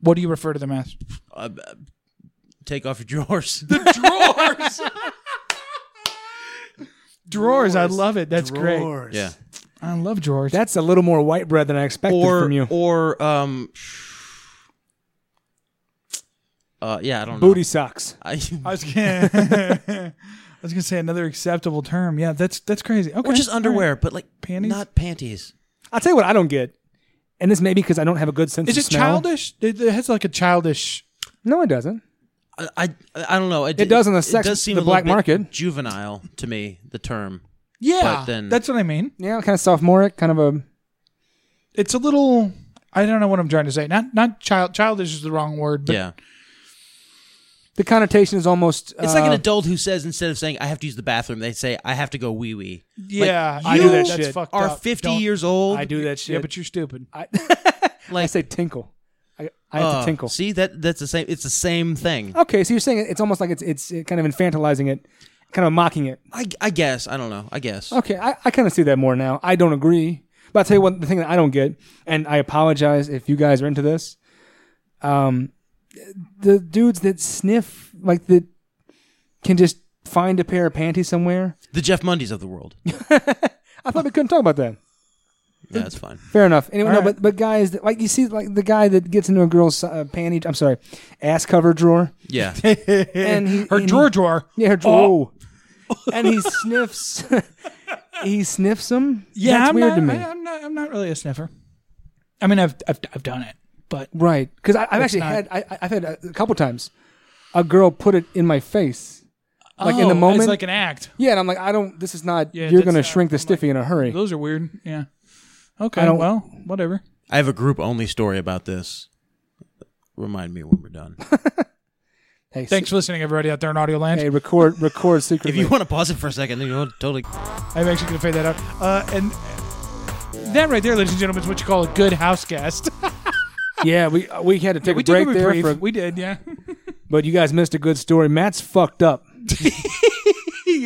What do you refer to them as? take off your drawers. Drawers. drawers. I love it. That's great. yeah, I love drawers. That's a little more white bread than I expected or from you. or um, uh, yeah, I don't Booty socks. know. I, [laughs] I was gonna, [laughs] I was gonna say another acceptable term. Yeah, that's that's crazy. Okay, [laughs] or just underwear, All right. but like Panties? not panties. I'll tell you what I don't get, and this may be because I don't have a good sense Is of it smell. childish? It it has like a childish. No, it doesn't. I, I I don't know. It, does on the sex- does seem a the little black bit market. juvenile to me. The term. Yeah, But then- that's what I mean. Yeah, kind of sophomoric, kind of a. It's a little. I don't know what I'm trying to say. Not not child. Childish is the wrong word. But yeah, The connotation is almost. it's like an Um, uh, adult who says instead of saying "I have to use the bathroom," they say "I have to go wee wee." Yeah, like, I you do that shit. That's fucked are up. 50 Don't- years old. I do that shit. Yeah, but you're stupid. I, I like- say tinkle. I, I have Uh, to tinkle. See that that's the same. It's the same Oh. thing. Okay, so you're saying it's almost like it's it's kind of infantilizing it, kind of mocking it. I, I guess I don't know. I guess. Okay, I, I kind of see that more now. I don't agree. But I'll tell you one the thing that I don't get, and I apologize if you guys are into this. Um, the dudes that sniff, like that, can just find a pair of panties somewhere. The Jeff Mundys of the [laughs] world. Yeah, I thought we couldn't talk about that. that's fine. Fair enough. Anyway, no, All right. but but guys, that, like you see, like the guy that gets into a girl's uh, panty, I'm sorry, ass cover drawer, Yeah. and he, Her and drawer he- drawer. yeah, her Oh. drawer, and he sniffs, [laughs] he sniffs them. Yeah, that's I'm weird not, to me. I, am not. I'm not really a sniffer. I mean, I've I've, I've done it, but Right, because I've actually not- had I, I- I've had a, a couple times a girl put it in my face, like in Oh, the moment. it's like an act. yeah, and I'm like, I don't. This is not. Yeah, you're that's gonna not- shrink the I'm stiffy in a hurry. Those are weird. Yeah. Okay. I don't- well, whatever. I have a group only story about this. Remind me when we're [laughs] done. Hey, Thanks se- for listening, everybody out there in Audio Land. hey, record, record if secretly. you want to pause it for a second, then you'll totally. uh, I'm actually going to fade that out. Uh, and that right there, ladies and gentlemen, is what you call a good house guest. yeah, we we had to take [laughs] we a break took a there. brief. For, we did, yeah. But you guys missed a good story. Matt's fucked up.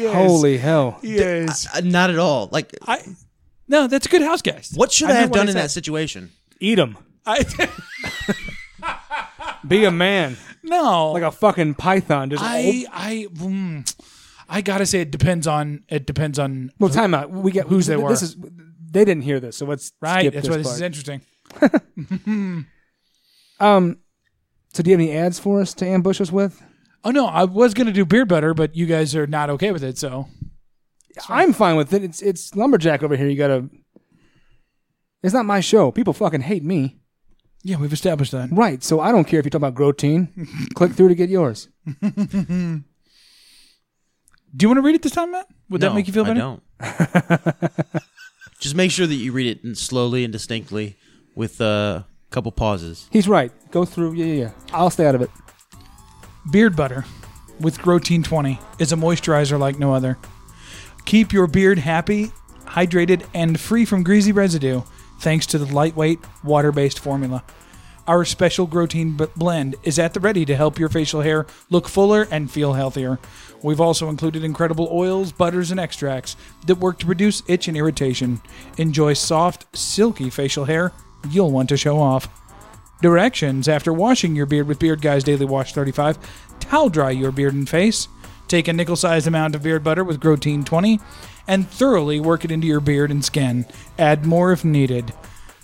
Holy hell. Yes. Uh, not at all. Like, I, no, that's a good house guest. what should I, know have what done in said. that situation? Eat him. I, [laughs] Be a man. no, Like a fucking python. Just I, I, mm, I gotta say it depends on it depends on well, time out. We get who's they were. This is, they didn't hear this, so let's right. skip that's this why this part. is interesting. Um, so do you have any ads for us to ambush us with? Oh no, I was gonna do beer butter, but you guys are not okay with it, so I'm fine with it. It's it's lumberjack over here. You gotta. It's not my show. People fucking hate me. yeah, we've established that. Right. So I don't care if you talk about [laughs] Grotein. Click through to get yours. Do you want to read it this time, Matt? Would No, that make you feel better? I don't. [laughs] Just make sure that you read it in- slowly and distinctly with uh, a couple pauses. He's right. Go through. Yeah, yeah, yeah. I'll stay out of it. Beard butter with Grotein 20 is a moisturizer like no other. Keep your beard happy, hydrated, and free from greasy residue thanks to the lightweight, water based formula. Our special Grotein b- blend is at the ready to help your facial hair look fuller and feel healthier. We've also included incredible oils, butters, and extracts that work to reduce itch and irritation. Enjoy soft, silky facial hair you'll want to show off. Directions after washing your beard with Beard Guys Daily Wash 35, towel dry your beard and face. Take a nickel sized amount of beard butter with Grotein 20 and thoroughly work it into your beard and skin. Add more if needed.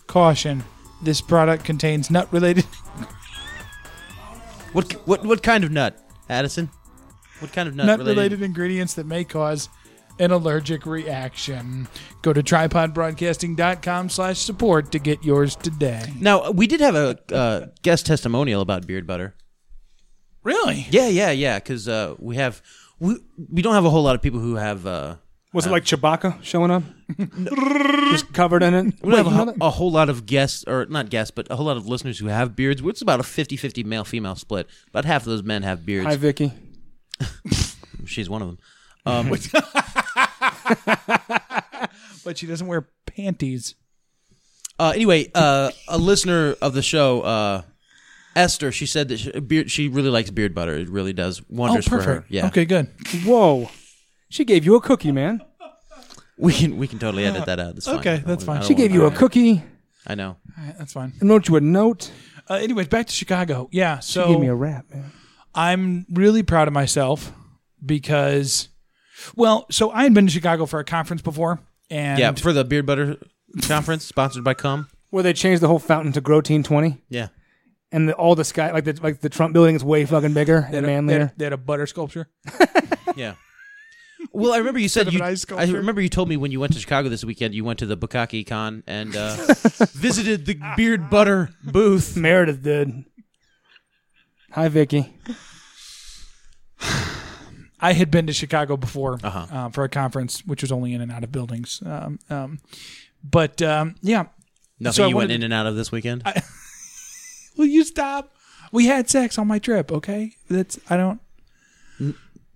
Caution this product contains nut [laughs] related. What what what kind of nut, Addison? What kind of nut, nut related ingredients that may cause an allergic reaction. Go to tripodbroadcasting.com slash support to get yours today. Now we did have a uh, guest testimonial about beard butter. Really? Yeah, yeah, yeah. Because uh, we have we we don't have a whole lot of people who have uh, Was it like Chewbacca showing up? [laughs] Just covered in [laughs] it? we don't Wait, have another- a, a whole lot of guests or not guests, but a whole lot of listeners who have beards. It's about a 50-50 male female split. About half of those men have beards. Hi, Vicky. She's one of them. Um, But she doesn't wear panties. Uh, anyway, uh, a listener of the show, uh, Esther, she said that she, beard, she really likes beard butter. It really does wonders for her. Yeah, Oh, Okay, good. Whoa. She gave you a cookie, man. we can we can totally edit that out. That's fine. Okay, I that's wouldn't- fine. I don't She want gave you a that. cookie I know. All right, that's fine. and wrote you a note. Uh, anyways, back to Chicago. Yeah, so She gave me a rap, man. I'm really proud of myself because, well, so I had been to Chicago for a conference before, and Yeah, for the beard butter conference sponsored by Cum. Where they changed the whole fountain to Grotein 20 Yeah, and the, all the sky, like the, like the Trump building is way fucking bigger and they, had, manlier. they had a butter sculpture. yeah. Well, I remember you said of you. an ice I sculpture. remember you told me when you went to Chicago this weekend, you went to the Bukaki Con and uh, visited the beard butter booth. Meredith did. Hi, Vicky. I had been to Chicago before uh, for a conference, which was only in and out of buildings. Um, um, but um, yeah, Nothing So I you went wanted- in and out of this weekend. will you stop? We had sex on my trip. Okay, that's I don't.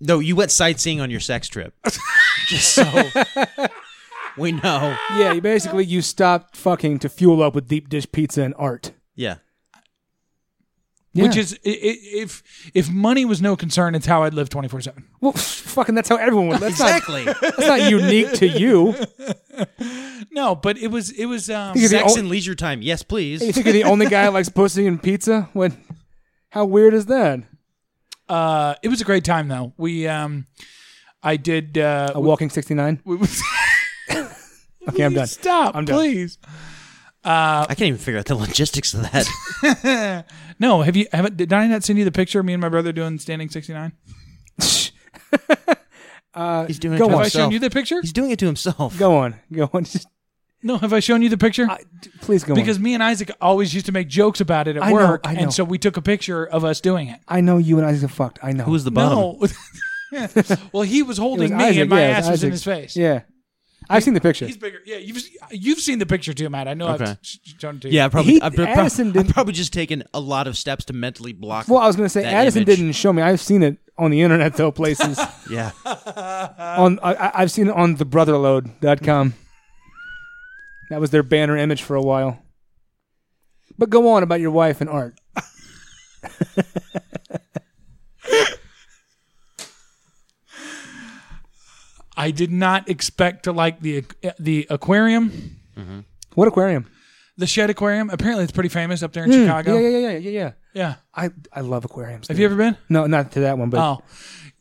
No, you went sightseeing on your sex trip. Just so we know. Yeah, you basically you stopped fucking to fuel up with deep dish pizza and art. Yeah. Which Yeah. is i- i- if if money was no concern, it's how I'd live twenty four seven. well, [laughs] fucking that's how everyone would. That's Exactly. not that's not unique to you. No, but it was it was um, You're [laughs] the Sex on- and leisure time. Yes, you please. think you're the only guy who likes pussy and pizza? What? How weird is that? uh, it was a great time though. We um, I did uh, A walking sixty nine. we- [laughs] we- Okay, I'm done. stop, I'm done. please. I can't even figure out the logistics of that. No, have you? Have, did I not send you the picture of me and my brother doing standing sixty nine? He's doing Go it to on. Have I shown himself. you the picture? He's doing it to himself. Go on, go on. [laughs] Just, No, have I shown you the picture? I, d- please go because on. me and Isaac always used to make jokes about it at I know, work, I know. and so we took a picture of us doing it. I know you and Isaac are fucked. I know. Who was the bottom? No, [laughs] well, he was It was holding me, Isaac, and my yeah, it ass was in his Isaac's- face. Yeah, I've seen the picture. He's bigger. Yeah, you've you've seen the picture too, Matt. I know Okay. I've sh- sh- shown it to you. Yeah, I probably. He- I've, prob- Addison I've didn't- probably just taken a lot of steps to mentally block. Well, I was gonna say that Addison image. didn't show me. I've seen it on the internet though. [laughs] Places Yeah. on I- I, I've seen it on thebrotherload.com. that was their banner image for a while. But go on about your wife and art. I did not expect to like the uh, the aquarium, What aquarium? the shed aquarium. Apparently, it's pretty famous up there in Chicago. Hmm. Yeah, yeah, yeah, yeah, yeah, yeah. Yeah. I I love aquariums. Have you ever been? No, not to that one, but Oh,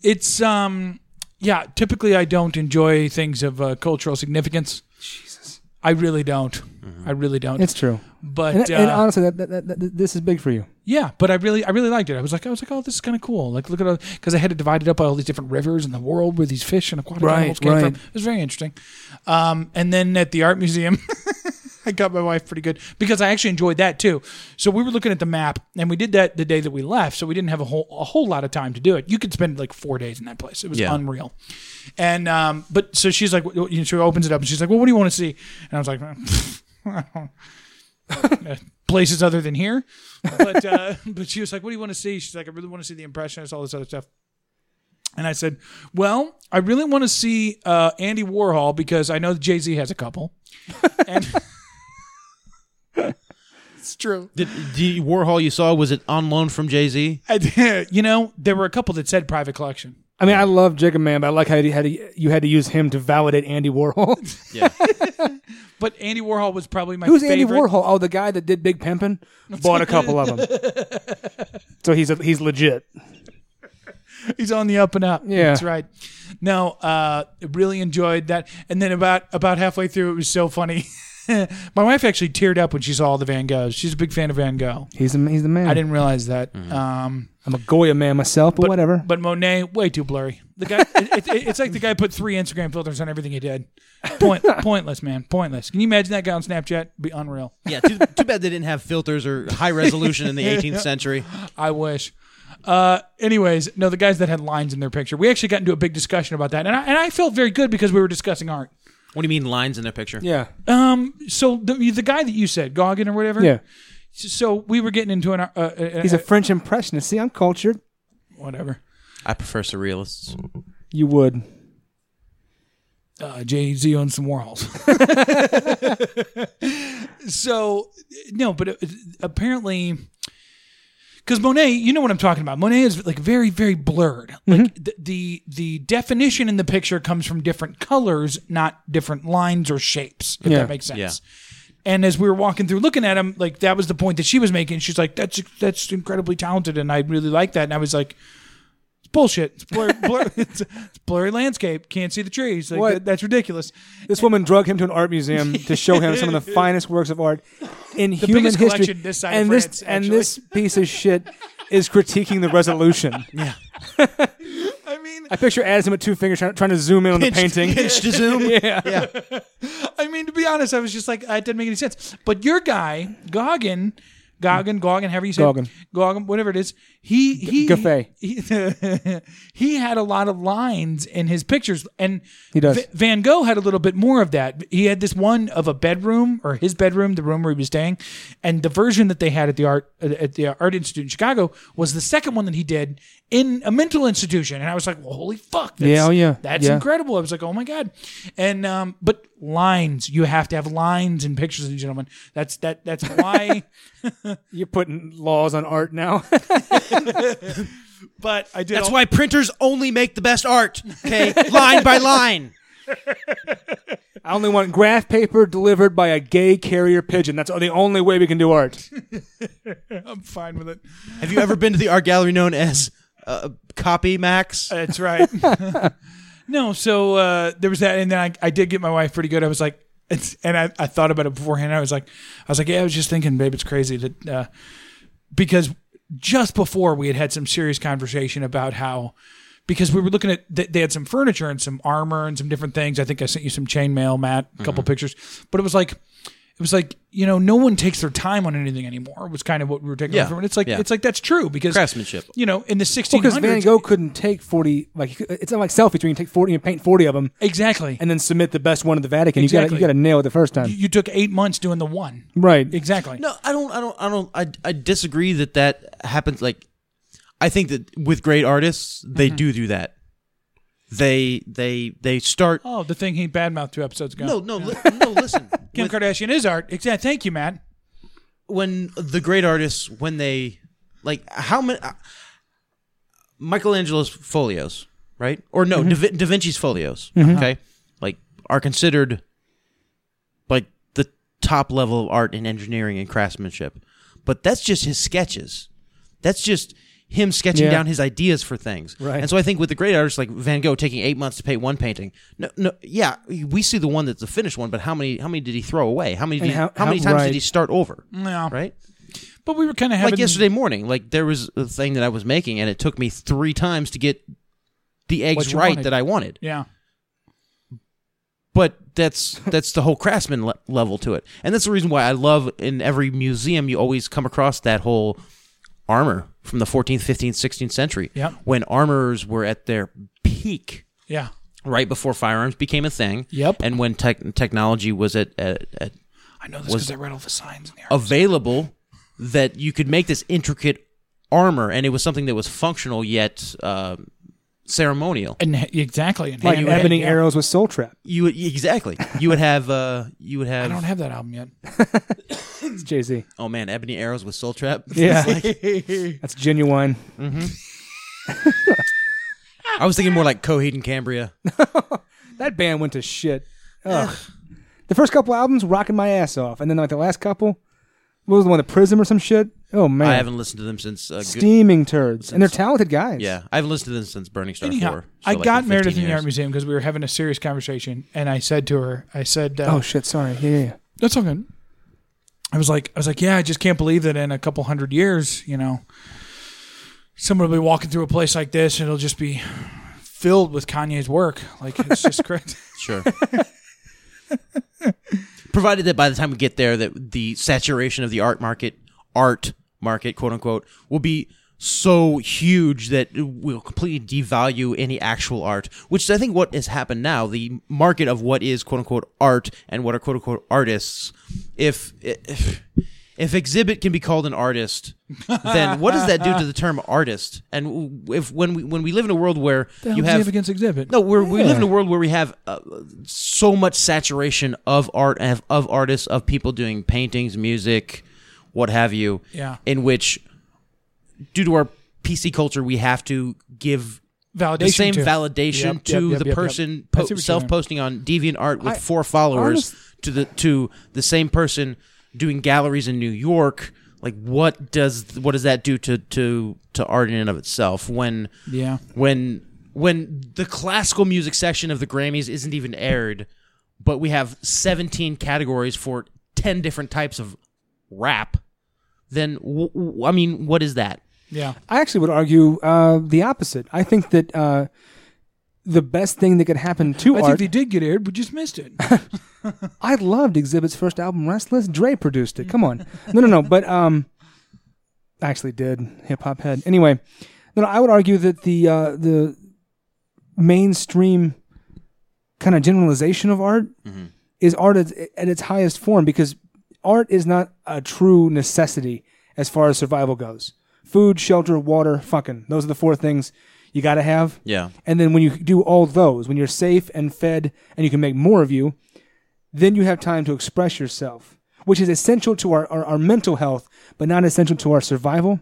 it's um, yeah. Typically, I don't enjoy things of uh, cultural significance. Jesus, I really don't. I really don't. Mm-hmm. it's true. but And, uh, and honestly, that, that, that, that- this is big for you. yeah, but I really, I really liked it. I was like, I was like, oh, this is kind of cool. Like, look at all because I had it divided up by all these different rivers in the world where these fish and aquatic Right, animals came right. from. It was very interesting. Um, and then at the art museum. [laughs] I got my wife pretty good because I actually enjoyed that too. So we were looking at the map, and we did that the day that we left. So we didn't have a whole a whole lot of time to do it. You could spend like four days in that place. It was Yeah. unreal. And um, but so she's like, w- you know, she opens it up, and she's like, "Well, what do you want to see?" And I was like, "I don't- uh, [laughs] "Places other than here." But uh, [laughs] but she was like, "What do you want to see?" She's like, "I really want to see the Impressionists, all this other stuff." And I said, "Well, I really want to see uh, Andy Warhol because I know Jay Z has a couple." And it's true. [laughs] Did the Warhol you saw was it on loan from Jay Z? I, you know, there were a couple that said private collection. I mean, I love Jacob Man, but I like how you had to, you had to use him to validate Andy Warhol. [laughs] But Andy Warhol was probably my Who's favorite. Andy Warhol? Oh, the guy that did Big Pimpin'? Bought a couple of them. [laughs] so he's a, he's legit. He's on the up and up. Yeah. that's right. No, uh, really enjoyed that. And then about about halfway through, it was so funny. [laughs] my wife actually teared up when she saw all the Van Goghs. She's a big fan of Van Gogh. He's the, he's the man. I didn't realize that. Um, I'm a Goya man myself, but, whatever. But Monet, way too blurry. The guy, it, it, it's like the guy put three Instagram filters on everything he did. [laughs] Point, pointless, man, pointless. Can you imagine that guy on Snapchat? Be unreal. Yeah, too, too bad they didn't have filters or high resolution in the [laughs] 18th century. I wish. Uh, anyways, no, the guys that had lines in their picture. We actually got into a big discussion about that, and I, and I felt very good because we were discussing art. What do you mean lines in their picture? yeah. So the the guy that you said Goggin or whatever. [laughs] Yeah. So we were getting into an uh, uh, uh, He's a French impressionist. See, I'm cultured. whatever. I prefer surrealists. You would. uh, Jay Z owns some Warhols. [laughs] so no, but it- apparently, because Monet, you know what I'm talking about. Monet is like very, very blurred. Like the, the the definition in the picture comes from different colors, not different lines or shapes. If Yeah. that makes sense. Yeah. And as we were walking through, looking at him, like that was the point that she was making. She's like, "That's that's incredibly talented," and I really like that. And I was like, "It's bullshit. It's blur, blur, [laughs] it's, it's blurry landscape. Can't see the trees. Like, What? that- that's ridiculous." This woman drug him to an art museum to show him some of [laughs] the finest works of art in human biggest history. collection this side of and France, this and this piece of shit is critiquing the resolution. [laughs] Yeah. I mean, I picture Adam with two fingers trying, trying to zoom in on the painting. Pinch to zoom. [laughs] yeah. I mean to be honest, I was just like, that didn't make any sense. But your guy, Goggin, Goggin, Goggin, however you say, it, Goggin. Goggin, whatever it is, he he Gaffey. He, [laughs] he had a lot of lines in his pictures, and He does. Va- Van Gogh had a little bit more of that. He had this one of a bedroom or his bedroom, the room where he was staying, and the version that they had at the art uh, at the art institute in Chicago was the second one that he did in a mental institution, and I was like, well, holy fuck, that's, Yeah, oh, yeah, that's yeah. incredible incredible. I was like, oh my god. And um, but lines, you have to have lines in pictures, ladies and gentlemen. That's that. That's [laughs] why. You're putting laws on art now. [laughs] but I did. That's all- why printers only make the best art. Okay, line by line. I only want graph paper delivered by a gay carrier pigeon. That's the only way we can do art. I'm fine with it. Have you ever been to the art gallery known as uh, Copy Max? That's right. [laughs] no, so uh, there was that, and then I, I did get my wife pretty good. I was like, it's, and I, I thought about it beforehand. I was like, I was like, yeah, I was just thinking, babe, it's crazy that uh, because just before we had had some serious conversation about how because we were looking at they they had some furniture and some armor and some different things. I think I sent you some chainmail, Matt, a Mm-hmm. couple pictures, but it was like. It was like you know, no one takes their time on anything anymore. Was kind of what we were taking Yeah. from it. It's like Yeah. it's like that's true because Craftsmanship. You know, in the 1600s, Because Van Gogh couldn't take forty. Like he could- it's not like selfies where you can take forty and paint forty of them exactly, and then submit the best one to the Vatican. Exactly. You got you got to nail it the first time. you you took eight months doing the one. right. Exactly. No, I don't. I don't. I don't. I, I disagree that that happens. Like, I think that with great artists, they do do that. They they they start. Oh, the thing he badmouthed two episodes ago. No, no, li- no. Listen, Kim With- Kardashian is art. Exactly. Thank you, Matt. when the great artists when they like how many uh, Michelangelo's folios right? Or no, Mm-hmm. da, Vin- da Vinci's folios, okay, like are considered like the top level of art and engineering and craftsmanship. But that's just his sketches. That's just him sketching Yeah. down his ideas for things. Right. And so I think with the great artists like Van Gogh taking eight months to paint one painting. No, no, yeah, we see the one that's the finished one, but how many? How many did he throw away? How many? Did And he, how, how- many how- times right. did he start over? Yeah. Right But we were kind of having like yesterday morning like there was a thing that i was making and it took me three times to get the eggs you right wanted. that i wanted Yeah. but that's [laughs] that's the whole craftsman le- level to it and that's the reason why i love in every museum you always come across that whole armor from the 14th 15th 16th century Yep. when armorers were at their peak Yeah. right before firearms became a thing Yep. and when tech technology was at, at, at I know this because I read all the signs in there. available that you could make this intricate armor, and it was something that was functional yet uh, ceremonial. and exactly. And Like hand- Ebony yeah. Arrows with Soul Trap. You would, exactly. You would have. Uh, you would have. I don't have that album yet. It's [laughs] Jay Z. Oh man, ebony arrows with soul trap. Yeah. That's genuine. I was thinking more like Coheed and Cambria. That band went to shit. Ugh. the first couple albums rocking my ass off, and then like the last couple, what was the one, the Prism or some shit? Oh man, I haven't listened to them since. Uh, good, steaming turds, and they're talented guys. yeah, I haven't listened to them since Burning Star Anyhow, Four. so, I like, got in Meredith 15 in the art years. museum because we were having a serious conversation, and I said to her, "I said, uh, Oh shit, sorry. Yeah, yeah. yeah. that's all good." I was like, I was like, yeah, I just can't believe that in a couple hundred years, you know, someone will be walking through a place like this, and it'll just be filled with Kanye's work. Like it's just correct. Sure. [laughs] Provided that by the time we get there, that the saturation of the art market, art market, quote unquote, will be so huge that it will completely devalue any actual art, which is, I think, what has happened now. The market of what is quote unquote art and what are quote unquote artists. If if, if exhibit can be called an artist, then what does that do to the term artist? And if when we when we live in a world where you have against exhibit. no, we're, we live in a world where we have uh, so much saturation of art, of, of artists, of people doing paintings, music, what have you. Yeah. In which, due to our PC culture, we have to give validation. the same to. validation Yep, to yep, yep, the yep, person yep. I see what po- you're self-posting on DeviantArt with I- four followers honest- to the to the same person doing galleries in New York. Like, what does what does that do to to to art in and of itself when Yeah. when when the classical music section of the Grammys isn't even aired, but we have 17 categories for 10 different types of rap, then w- w- I mean, what is that? Yeah. I actually would argue uh, the opposite. I think that uh, the best thing that could happen to I think art. they did get aired, but just missed it. [laughs] I loved Exhibit's first album, Restless. Dre produced it. Come on, no, no, no. But um, I actually did hip hop head. Anyway, no, no, I would argue that the uh, the mainstream kind of generalization of art is art at, at its highest form because art is not a true necessity as far as survival goes. Food, shelter, water, fucking. Those are the four things you got to have. Yeah. And then when you do all those, when you're safe and fed and you can make more of you, then you have time to express yourself, which is essential to our, our, our mental health, but not essential to our survival.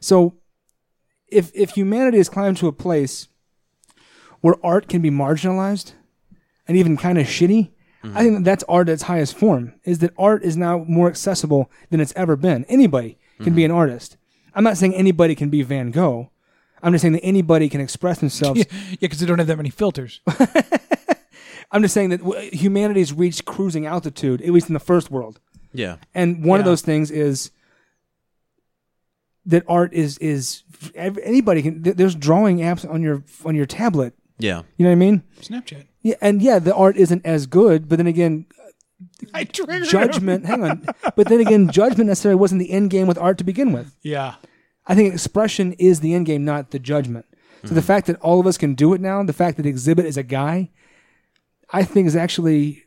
So if if humanity has climbed to a place where art can be marginalized and even kind of shitty, I think that that's art at its highest form. Is that art is now more accessible than it's ever been. Anybody can be an artist. I'm not saying anybody can be Van Gogh. I'm just saying that anybody can express [laughs] themselves. yeah, because they don't have that many filters. I'm just saying that w- humanity's reached cruising altitude, at least in the first world. Yeah. And one of Yeah. those things is that art is is ev- anybody can. th- There's drawing apps on your on your tablet. Yeah. You know what I mean? Snapchat. Yeah, and yeah, the art isn't as good, but [laughs] then again, I triggered him. [laughs] judgment. hang on, but then again, judgment necessarily wasn't the end game with art to begin with. Yeah. I think expression is the end game, not the judgment. So Mm. the fact that all of us can do it now, the fact that exhibit is a guy, I think is actually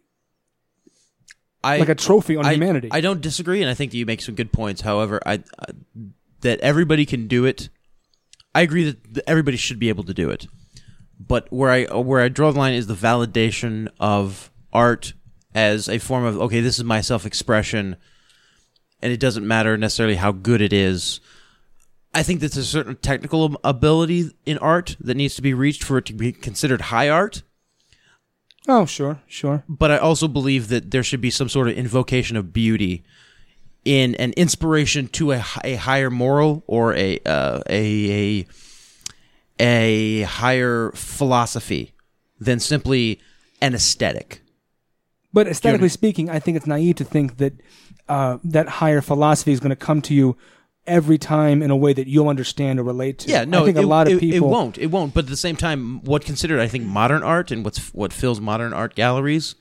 I, like a trophy on I- humanity. I don't disagree, and I think that you make some good points. However, I, I that everybody can do it. I agree that th- everybody should be able to do it, but where I where I draw the line is the validation of art as a form of okay, this is my self expression, and it doesn't matter necessarily how good it is. I think there's a certain technical ability in art that needs to be reached for it to be considered high art. Oh, sure, sure. But I also believe that there should be some sort of invocation of beauty in an inspiration to a, hi- a higher moral or a, uh, a a a higher philosophy than simply an aesthetic. But aesthetically speaking, I think it's naive to think that uh, that higher philosophy is going to come to you every time in a way that you'll understand or relate to. Yeah, no, I think it, a lot of it- people It won't. It won't. But at the same time, what considered, I think, modern art and what's what fills modern art galleries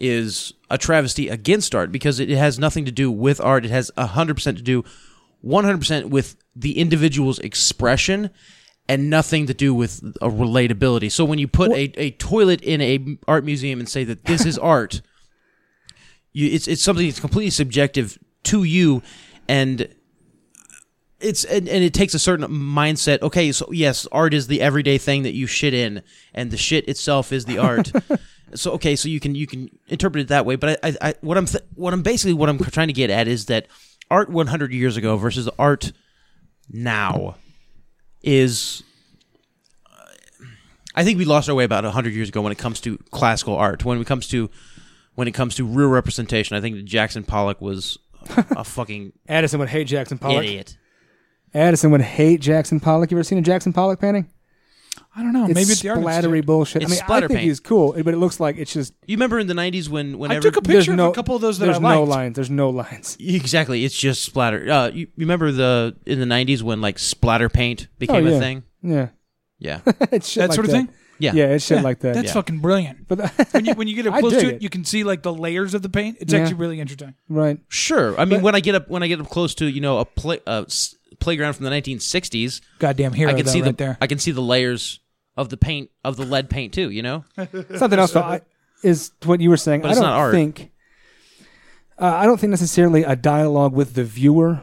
is a travesty against art because it, it has nothing to do with art. It has hundred percent to do, one hundred percent with the individual's expression, and nothing to do with a relatability. So when you put a, a toilet in a m- art museum and say that this [laughs] is art, you, it's it's something that's completely subjective to you, and it's and, and it takes a certain mindset okay so yes art is the everyday thing that you shit in and the shit itself is the art so okay so you can you can interpret it that way but i, I, I what i'm th- what i'm basically what i'm trying to get at is that art 100 years ago versus art now is I think we lost our way about 100 years ago when it comes to classical art. When it comes to when it comes to real representation, I think that Jackson Pollock was a fucking Addison would hate Jackson Pollock. idiot. Addison would hate Jackson Pollock. You ever seen a Jackson Pollock painting? I don't know. It's maybe it's the art splattery institute. bullshit. It's I mean, I splatter think paint. he's cool, but it looks like it's just You remember in the 90s when I whenever took a there's picture no of a couple of those that there's I no liked. lines. There's no lines. Exactly, it's just splatter. Uh, you you remember the in the '90s when like splatter paint became oh, yeah. a thing? Yeah, [laughs] Yeah, it's shit That like sort of thing? yeah. Yeah, it's shit like that. That's Yeah. fucking brilliant. but [laughs] When you, when you get up I close dig to it, it. you can see like the layers of the paint. It's Yeah. actually really interesting. right, Sure. I mean, But- when I get up when I get up close to you know a play a s- playground from the 1960s, Goddamn hero, I can though, see right the there. I can see the layers of the paint of the lead paint too. You know, something else though, I, is what you were saying. But I it's don't not art. think. Uh, I don't think necessarily a dialogue with the viewer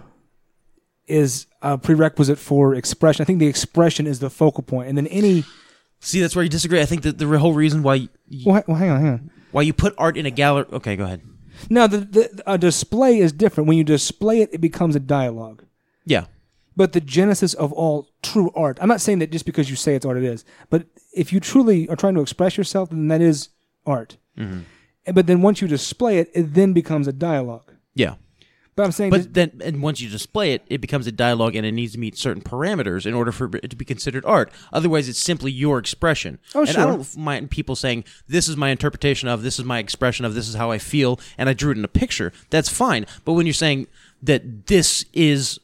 is a prerequisite for expression. I think the expression is the focal point, and then any. [laughs] see that's where you disagree. I think that the whole reason why you, Well, ha- well hang on, hang on. why you put art in a gallery. Okay, go ahead. Now, the, the a display is different. When you display it, it becomes a dialogue. Yeah, But the genesis of all true art. I'm not saying that just because you say it's art, it is. But if you truly are trying to express yourself, then that is art. And- But then once you display it, it then becomes a dialogue. yeah. But I'm saying, But then, and once you display it, it becomes a dialogue, and it needs to meet certain parameters in order for it to be considered art. Otherwise, it's simply your expression. Oh, and I sure. don't mind people saying, "This is my interpretation of, this is my expression of, this is how I feel," and I drew it in a picture. That's fine. But when you're saying that this is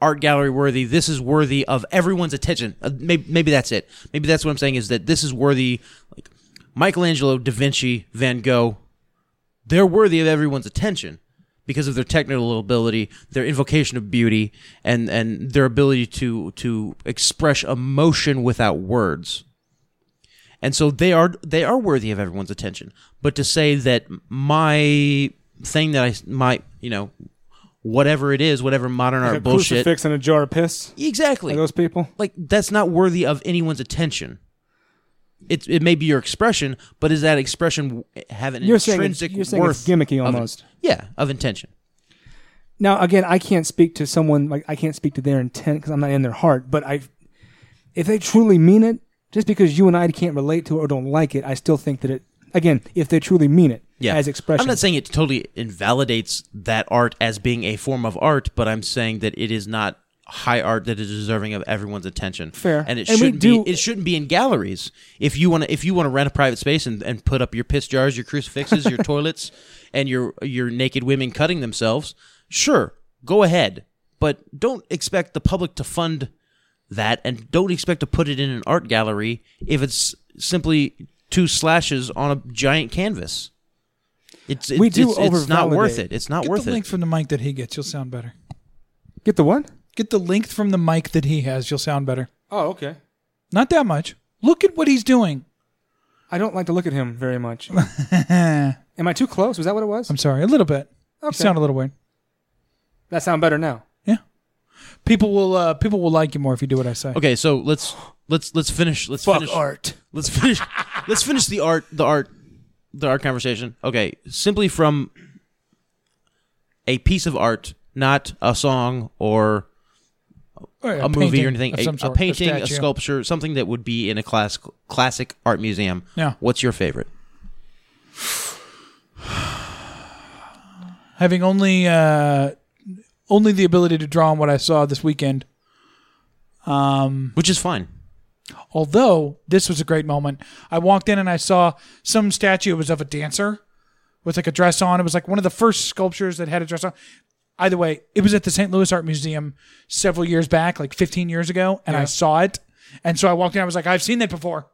art gallery worthy, this is worthy of everyone's attention. Uh, maybe, maybe that's it. Maybe that's what I'm saying is that this is worthy. Like Michelangelo, Da Vinci, Van Gogh, they're worthy of everyone's attention because of their technical ability, their invocation of beauty, and and their ability to to express emotion without words. And so they are they are worthy of everyone's attention. But to say that my thing that I s- my you know whatever it is, whatever modern art bullshit, [laughs] crucifix and a jar of piss. exactly Like those people. like that's not worthy of anyone's attention. It, it may be your expression, but is that expression have an You're saying it's- intrinsic you're saying worth? it's gimmicky of- almost. yeah, of intention. Now, again, I can't speak to someone like I can't speak to their intent because I'm not in their heart. But I, if they truly mean it, just because you and I can't relate to it or don't like it, I still think that it. Again, if they truly mean it, Yeah, as expression, I'm not saying it totally invalidates that art as being a form of art, but I'm saying that it is not high art that is deserving of everyone's attention. Fair. and it And we shouldn't do- be. It shouldn't be in galleries. If you want to, if you want to rent a private space and, and put up your piss jars, your crucifixes, [laughs] your toilets, and your your naked women cutting themselves, sure, go ahead. But don't expect the public to fund that, and don't expect to put it in an art gallery if it's simply two slashes on a giant canvas. It's it's, We do it's, it's not overvalidate. worth it. It's not Get worth the it. link from the mic that he gets. You'll sound better. get the one. Get the link from the mic that he has. You'll sound better. Oh, okay. Not that much. Look at what he's doing. I don't like to look at him very [laughs] much. Am I too close? Was that what it was? I'm sorry, a little bit. You Okay. sound a little weird. that sound better now. People will uh, people will like you more if you do what I say. okay, so let's let's let's finish. Let's Fuck finish. art. Let's finish. [laughs] let's finish the art. The art. The art conversation. Okay, simply from a piece of art, not a song or Or a, movie or Oh, painting anything, of a, some a sort, a painting, a, statue. sculpture, something that would be in a class, classic art museum. Yeah. What's your favorite? having only uh, only the ability to draw on what I saw this weekend. Which is fine. Although this was a great moment, I walked in and I saw some statue. It was of a dancer with like a dress on. It was like one of the first sculptures that had a dress on. Either way, it was at the St. Louis Art Museum several years back, like 15 years ago, and I saw it. And so I walked in. I was like, I've seen that before.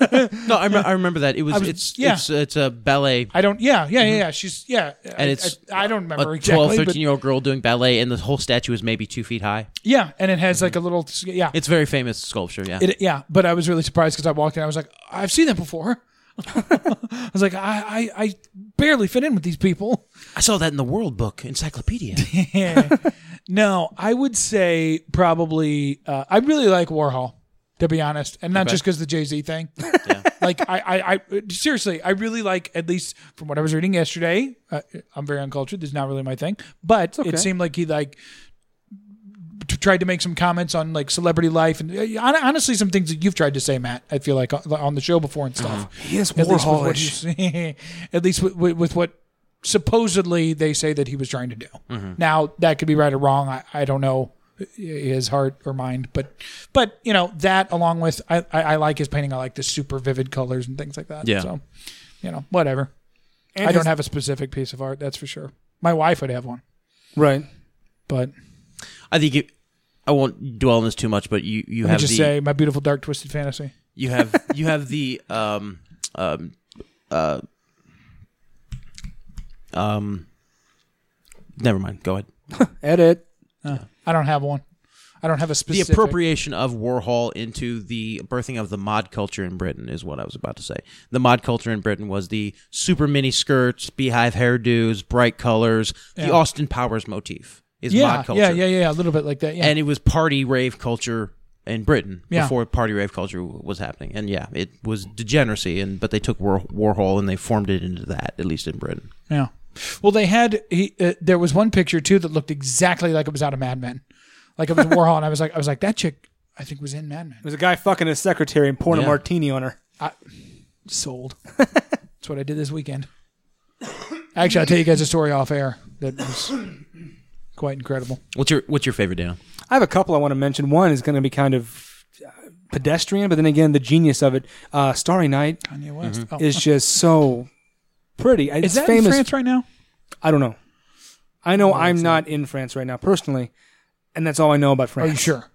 No, I, rem- I remember that it was, was- it's yeah. it's it's a ballet. I don't. Yeah, yeah, yeah. yeah. She's yeah. Mm-hmm. And it's I, I don't A remember 12, exactly. 13 but- year old girl doing ballet, and the whole statue is maybe two feet high. yeah, and it has Mm-hmm. like a little. Yeah, It's a very famous sculpture. Yeah. It, yeah, but I was really surprised because I walked in. I was like, I've seen that before. [laughs] I was like, I, I, I barely fit in with these people. I saw that in the World Book Encyclopedia. [laughs] No, I would say probably. Uh, I really like Warhol, to be honest, and not just because the Jay Z thing. like I, I, I, seriously, I really like at least from what I was reading yesterday. Uh, I'm very uncultured. This is not really my thing, but it seemed like he like t- tried to make some comments on like celebrity life and uh, hon- honestly some things that you've tried to say, Matt. I feel like on, on the show before and stuff. He is At least with what Warholish. you- [laughs] at least with, with, with what supposedly they say that he was trying to do. Mm-hmm. Now that could be right or wrong. I, I don't know his heart or mind, but but you know that along with I, I, I like his painting. I like the super vivid colors and things like that. Yeah. So you know whatever. I don't have a specific piece of art. That's for sure. My wife would have one, Right. but [laughs] I think it, I won't dwell on this too much, but you you let me have just the say my beautiful dark twisted fantasy. you have you have the um um uh um. Never mind. Go ahead. Edit. I don't have one. I don't have a The specific. appropriation of Warhol into the birthing of the mod culture in Britain is what I was about to say. The mod culture in Britain was the super mini skirts, beehive hairdos, bright colors, the Austin Powers motif is Yeah, mod culture. yeah, yeah, yeah, a little bit like that. Yeah, and it was party rave culture in Britain Yeah. before party rave culture w- was happening. And yeah, it was degeneracy, and but they took War- Warhol and they formed it into that, at least in Britain. Yeah. Well, they had he. Uh, there was one picture too that looked exactly like it was out of Mad Men, like [laughs] it was Warhol, and I was like, I was like, that chick, I think was in Mad Men. There's a guy fucking his secretary and pouring Yeah. a martini on her. Sold. [laughs] That's what I did this weekend. Actually, I'll tell you guys a story off air that was quite incredible. What's your What's your favorite, Dana? I have a couple I want to mention. One is going to be kind of uh, pedestrian, but then again, the genius of it. Uh, Starry Night Kanye West. Oh. is just so pretty. It's Is that famous. in France right now? I don't know. I know I'm not in France right now personally, and that's all I know about Are France. you sure?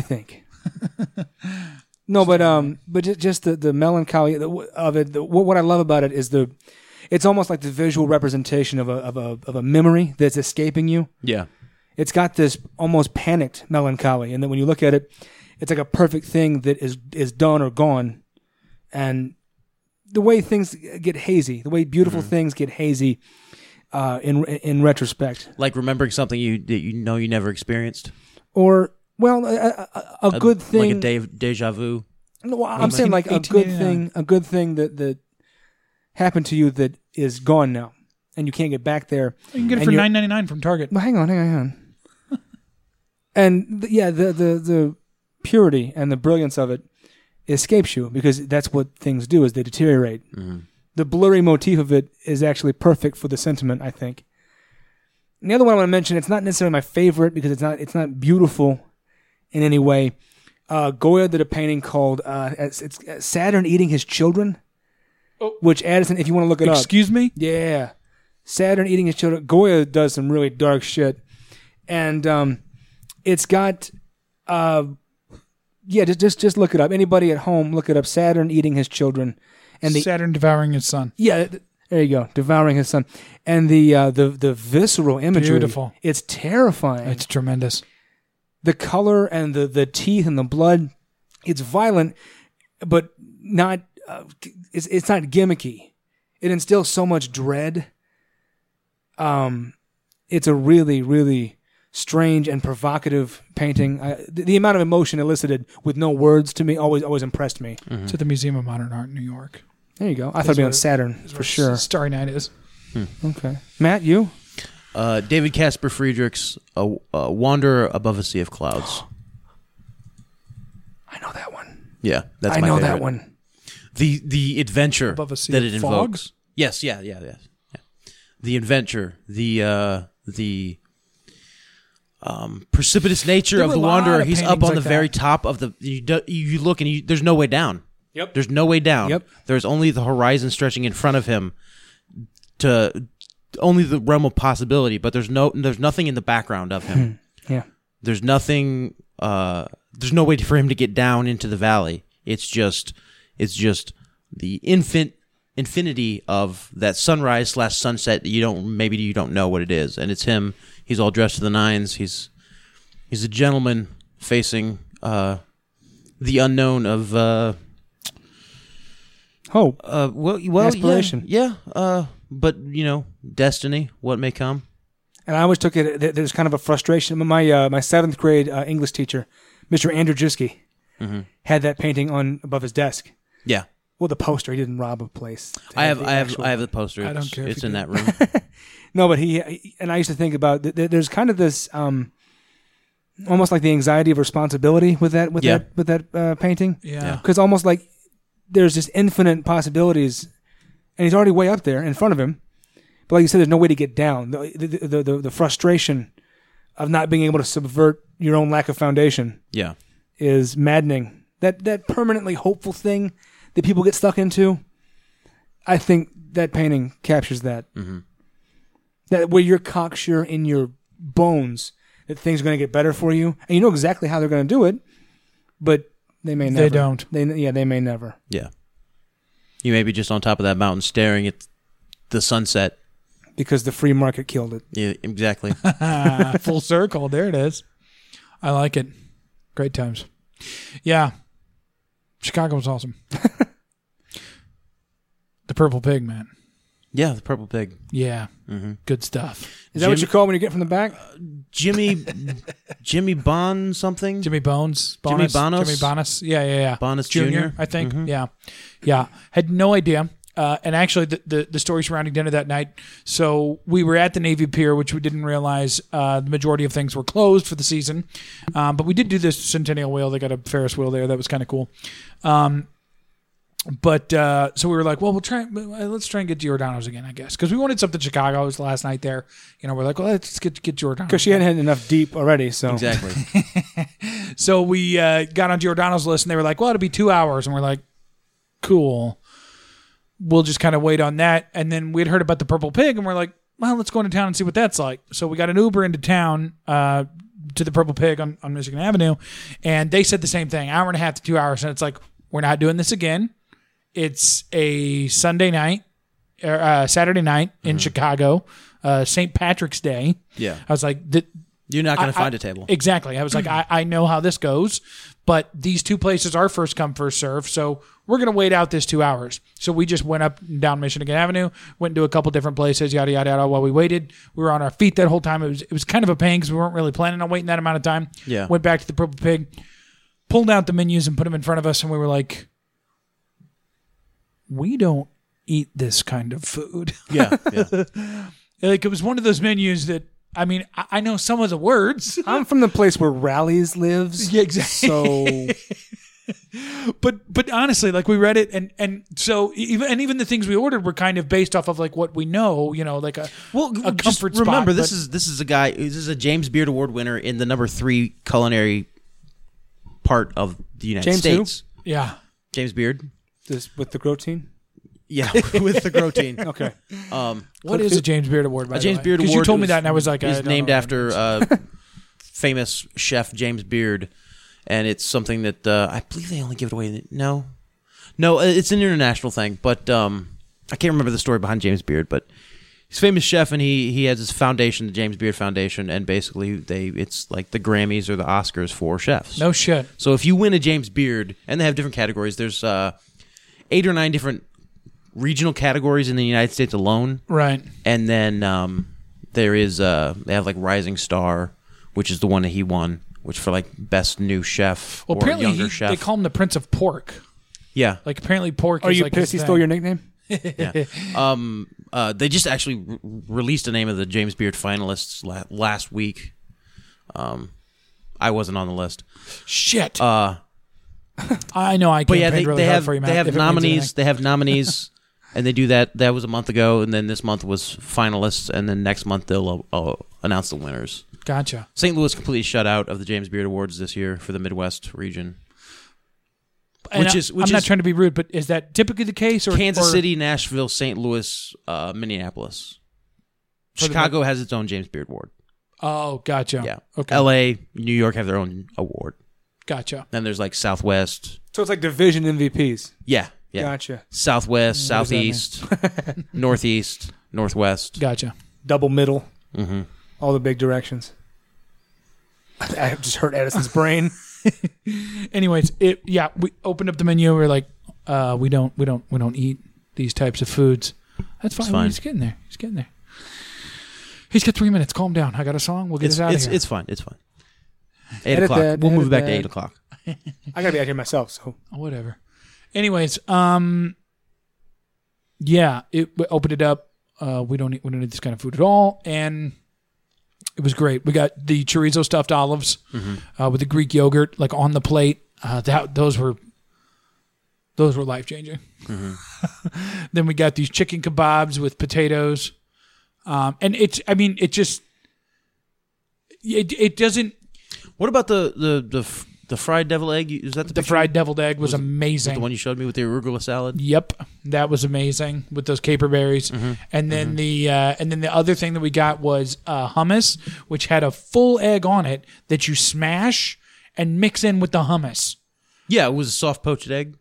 [laughs] think. no, but um, but ju- just the the melancholy of it. The, what what I love about it is the, it's almost like the visual representation of a of a of a memory that's escaping you. Yeah, It's got this almost panicked melancholy, and then when you look at it, it's like a perfect thing that is is done or gone, and the way things get hazy, the way beautiful things get hazy, uh, in in retrospect, like remembering something you that you know you never experienced. or well, a, a- a, a good thing like a de- deja vu. No, I- I'm saying like a good 1889. thing, a good thing that that happened to you that is gone now, and you can't get back there. You can get it And for you- nine ninety nine from Target. Well, hang on, hang on, [laughs] hang on. and th- yeah, the the the purity and the brilliance of it escapes you because that's what things do is they deteriorate. The blurry motif of it is actually perfect for the sentiment, I think. And the other one I want to mention, it's not necessarily my favorite because it's not it's not beautiful in any way. Uh, Goya did a painting called uh, it's, it's Saturn eating his children, which Addison, if you want to look it up, Oh. Excuse me. yeah. Saturn eating his children. Goya does some really dark shit. And um, it's got uh yeah, just, just just look it up. Anybody at home, look it up. Saturn eating his children. And the Saturn devouring his son. yeah, th- there you go. Devouring his son. And the uh the the visceral imagery. Beautiful. It's terrifying. It's tremendous. the color and the the teeth and the blood. It's violent, but not uh, it's it's not gimmicky. It instills so much dread. Um, it's a really really strange and provocative painting. I, the, the amount of emotion elicited with no words to me always always impressed me. Hmm. It's at the Museum of Modern Art in New York. There you go. I thought it'd be on Saturn for sure. Starry Night is. Okay, Matt, you Uh, David Casper Friedrichs, a, a Wanderer Above a Sea of Clouds. I know that one. Yeah, that's I my know favorite. that one. The the adventure Above a Sea that of it Fog? invokes. Yes, yeah, yeah, yeah, yeah. The adventure, the uh, the um, precipitous nature There of were a the lot wanderer. of He's up paintings on like the very that. top of the. You, do, you look and you, there's no way down. Yep. There's no way down. Yep. There's only the horizon stretching in front of him to only the realm of possibility, but there's no there's nothing in the background of him. Hmm. Yeah. There's nothing uh there's no way for him to get down into the valley. It's just it's just the infant infinity of that sunrise slash sunset that you don't maybe you don't know what it is. And it's him. He's all dressed to the nines. He's he's a gentleman facing uh the unknown of uh Hope. uh, well, well, Aspiration. Yeah, yeah uh, but you know, destiny, what may come. and I always took it. th- There's kind of a frustration. My uh, my seventh grade uh, English teacher, Mr. Andrew Jiske, Mm-hmm. had that painting on above his desk. Yeah, Well, the poster. He didn't rob a place. to I have, the I have, actual- I have the poster. I don't It's- care if It's you in do. that room. [laughs] No, but he, he- and I used to think about th- th- there's kind of this um, almost like the anxiety of responsibility with that with Yeah. that with that uh, painting. Yeah. because almost like there's just infinite possibilities, and he's already way up there in front of him. But like you said, there's no way to get down. The the the, the, the frustration of not being able to subvert your own lack of foundation yeah, is maddening. That that permanently hopeful thing that people get stuck into. I think that painting captures that. Mm-hmm. That where you're cocksure in your bones that things are going to get better for you, and you know exactly how they're going to do it, but they may never. They don't. They yeah, they may never. yeah. You may be just on top of that mountain, staring at the sunset. because the free market killed it. Yeah, [laughs] exactly. full circle. There it is. I like it. Great times. Yeah. Chicago was awesome. the Purple Pig, man. yeah, the purple pig. Yeah. Good stuff. Is that what Jim- you call it when you get from the back? [laughs] Jimmy, Jimmy Bond something. Jimmy Bones. Jimmy Bonas, Bonos? Jimmy Bonas. Yeah, yeah, yeah. Bonas Jr.? I think. Yeah. Yeah. Had no idea. Uh, and actually, the, the, the story surrounding dinner that night. So we were at the Navy Pier, which we didn't realize uh, the majority of things were closed for the season. Um, but we did do this Centennial Wheel. They got a Ferris wheel there. That was kind of cool. Um, but uh, so we were like, well, we'll try. Let's try and get Giordano's again, I guess, because we wanted something Chicago. It was the last night there. You know, we're like, well, let's get get Giordano's. Because she hadn't had enough deep already. So Exactly. So we uh, got on Giordano's list, and they were like, well, it'll be two hours, and we're like, cool. We'll just kind of wait on that, and then we'd heard about the Purple Pig, and we're like, well, let's go into town and see what that's like. So we got an Uber into town. Uh, to the Purple Pig on, on Michigan Avenue, and they said the same thing: hour and a half to two hours, and it's like we're not doing this again. It's a Sunday night, er, uh, Saturday night in Chicago, uh, St. Patrick's Day. Yeah. I was like, th- You're not going I- to find I- a table. Exactly. I was like, I, I know how this goes, but these two places are first come, first serve. So we're going to wait out this two hours. So we just went up and down Michigan Avenue, went to a couple different places, yada, yada, yada, while we waited. We were on our feet that whole time. It was, it was kind of a pain because we weren't really planning on waiting that amount of time. Yeah. Went back to the Purple Pig, pulled out the menus and put them in front of us. And we were like, we don't eat this kind of food. [laughs] yeah, yeah. like it was one of those menus that, I mean, I, I know some of [laughs] the words. I'm from the place where rallies lives. Yeah, exactly. So but but honestly, like we read it, and and so e, even and even the things we ordered were kind of based off of like what we know, you know, like a Well, a just comfort spot, remember this but- is this is a guy. This is a James Beard Award winner in the number three culinary part of the United James who? States. yeah, James Beard. just with the protein. Yeah, [laughs] with the Grotein. Okay. Um, what is a James Beard Award? By a James the way? Beard 'Cause Award. You told me was- that, and I was like, I is don't named know. after uh, [laughs] famous chef James Beard, and it's something that uh, I believe they only give it away. in- No, no, uh, it's an international thing, but um, I can't remember the story behind James Beard, but. He's a famous chef, and he, he has his foundation, the James Beard Foundation, and basically they it's like the Grammys or the Oscars for chefs. No shit. So if you win a James Beard, and they have different categories, there's uh, eight or nine different regional categories in the United States alone, Right. and then um, there is uh, they have like Rising Star, which is the one that he won, which for like best new chef Well, or apparently younger he, chef. they call him the Prince of Pork. yeah, Like apparently pork. Are is you like his pissed he thing. stole your nickname? um, Uh, they just actually re- released the name of the James Beard finalists la- last week. Um, I wasn't on the list. Shit. Uh, I know I can't but yeah, they, really they hard have for you, Matt, they if have it means nominees. anything. They have nominees, [laughs] and they do that. That was a month ago, and then this month was finalists, and then next month they'll uh, uh, announce the winners. Gotcha. St. Louis completely shut out of the James Beard Awards this year for the Midwest region. And Which I- is- which I'm not is- trying to be rude, but is that typically the case? Or Kansas or- City, Nashville, St. Louis, uh, Minneapolis. For the- Chicago has its own James Beard Award. Oh, gotcha. Yeah. Okay. L.A., New York have their own award. Gotcha. Then there's like Southwest. So it's like division MVPs. Yeah. Yeah. Gotcha. Southwest, Southeast, [laughs] Northeast, Northwest. Gotcha. Double middle. Mm-hmm. All the big directions. I just hurt Edison's brain. Anyways, it yeah, we opened up the menu. We are like, uh, we don't, we don't, we don't eat these types of foods. That's fine. fine. He's getting there. He's getting there. He's got three minutes. Calm down. I got a song. We'll get It's it out it's, of here. it's fine. It's fine. Eight Edit o'clock. that, we'll move edit back to that. eight o'clock. I gotta be out here myself. So Whatever. Anyways, um, yeah, it we opened it up. Uh, we don't eat, we don't eat this kind of food at all, and it was great. We got the chorizo stuffed olives Mm-hmm. uh, with the Greek yogurt like on the plate. Uh, that those were those were life changing. Mm-hmm. [laughs] then we got these chicken kebabs with potatoes, um, and it's I mean it just it it doesn't What about the the the, f- the fried devil egg? Is that the, the picture? fried deviled egg was, Was it- amazing. the one you showed me with the arugula salad? Yep, that was amazing with those caper berries, Mm-hmm. and then the uh, and then the other thing that we got was uh, hummus, which had a full egg on it that you smash and mix in with the hummus. Yeah, it was a soft poached egg.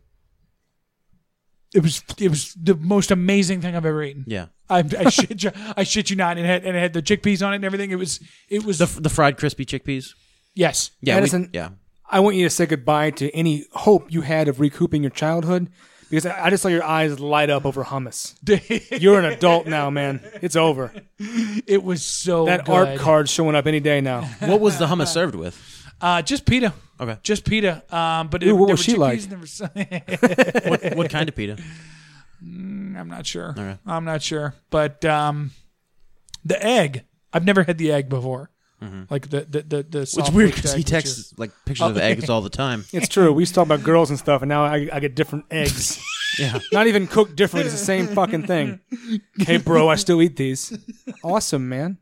It was it was the most amazing thing I've ever eaten. Yeah. I, I shit you, [laughs] I shit you not, and it had and it had the chickpeas on it and everything. It was it was The f- the fried crispy chickpeas. yes Yeah, we- Edison- yeah. I want you to say goodbye to any hope you had of recouping your childhood because I I just saw your eyes light up over hummus. You're an adult now, man. It's over. [laughs] it was so That good. art card's showing up any day now. What was the hummus served with? uh, just pita. Okay. Just pita, um, but it, Ooh, what there was were she like? chickpeas and there was- [laughs] What what kind of pita? I'm not sure. Okay. I'm not sure. But um, the egg, I've never had the egg before. Like the the the, the It's soft weird baked because egg he that you- texts like pictures Oh. of eggs all the [laughs] time. It's true. We used to talk about girls and stuff, and now I, I get different eggs. Yeah. Not even cooked different. It's the [laughs] same fucking thing. Hey, bro, I still eat these. Awesome, man.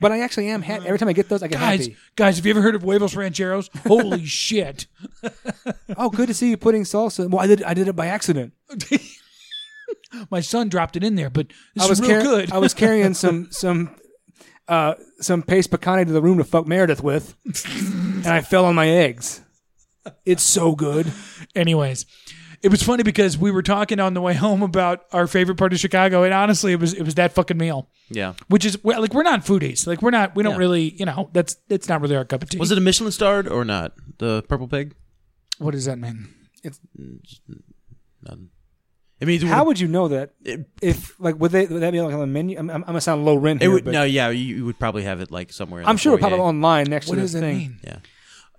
But I actually am happy. Every time I get those, I get Guys, happy. guys, have you ever heard of huevos rancheros? Holy shit! Oh, good to see you putting salsa. Well, I did. I did it by accident. My son dropped it in there, but this I was is real car- good. I was carrying some some uh, some paste picante to the room to fuck Meredith with, and I fell on my eggs. It's so good. [laughs] Anyways, it was funny because we were talking on the way home about our favorite part of Chicago, and honestly, it was it was that fucking meal. Yeah. Which is well, like we're not foodies. Like we're not. We don't Yeah. really. You know, that's that's not really our cup of tea. Was it a Michelin starred or not? The purple pig? What does that mean? I mean, it How would, would you know that? If like would they would that be like on the menu? I'm, I'm, I'm gonna sound low rent it here, would but no? Yeah, you, you would probably have it like somewhere. In I'm the sure it'll pop up foyer. online next What to does this that thing. mean? Yeah,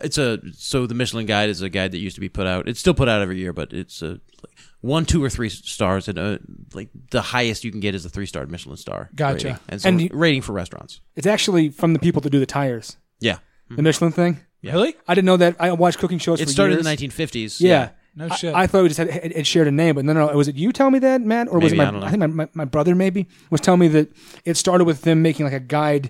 it's a so the Michelin Guide is a guide that used to be put out. It's still put out every year, but it's a like, one, two, or three stars, and uh like the highest you can get is a three star Michelin star. Gotcha. rating. And so And you- rating for restaurants. It's actually from the people that do the tires, Yeah, the Michelin thing. Really? I didn't know that. I watched cooking shows. Hmm. it for started years. in the 1950s. Yeah. No I- shit. I, thought we just had it, it shared a name, but no, no. Was it you telling me that, Matt, or was it Maybe, my? I don't know. I, think my, my, my brother maybe was telling me that it started with them making like a guide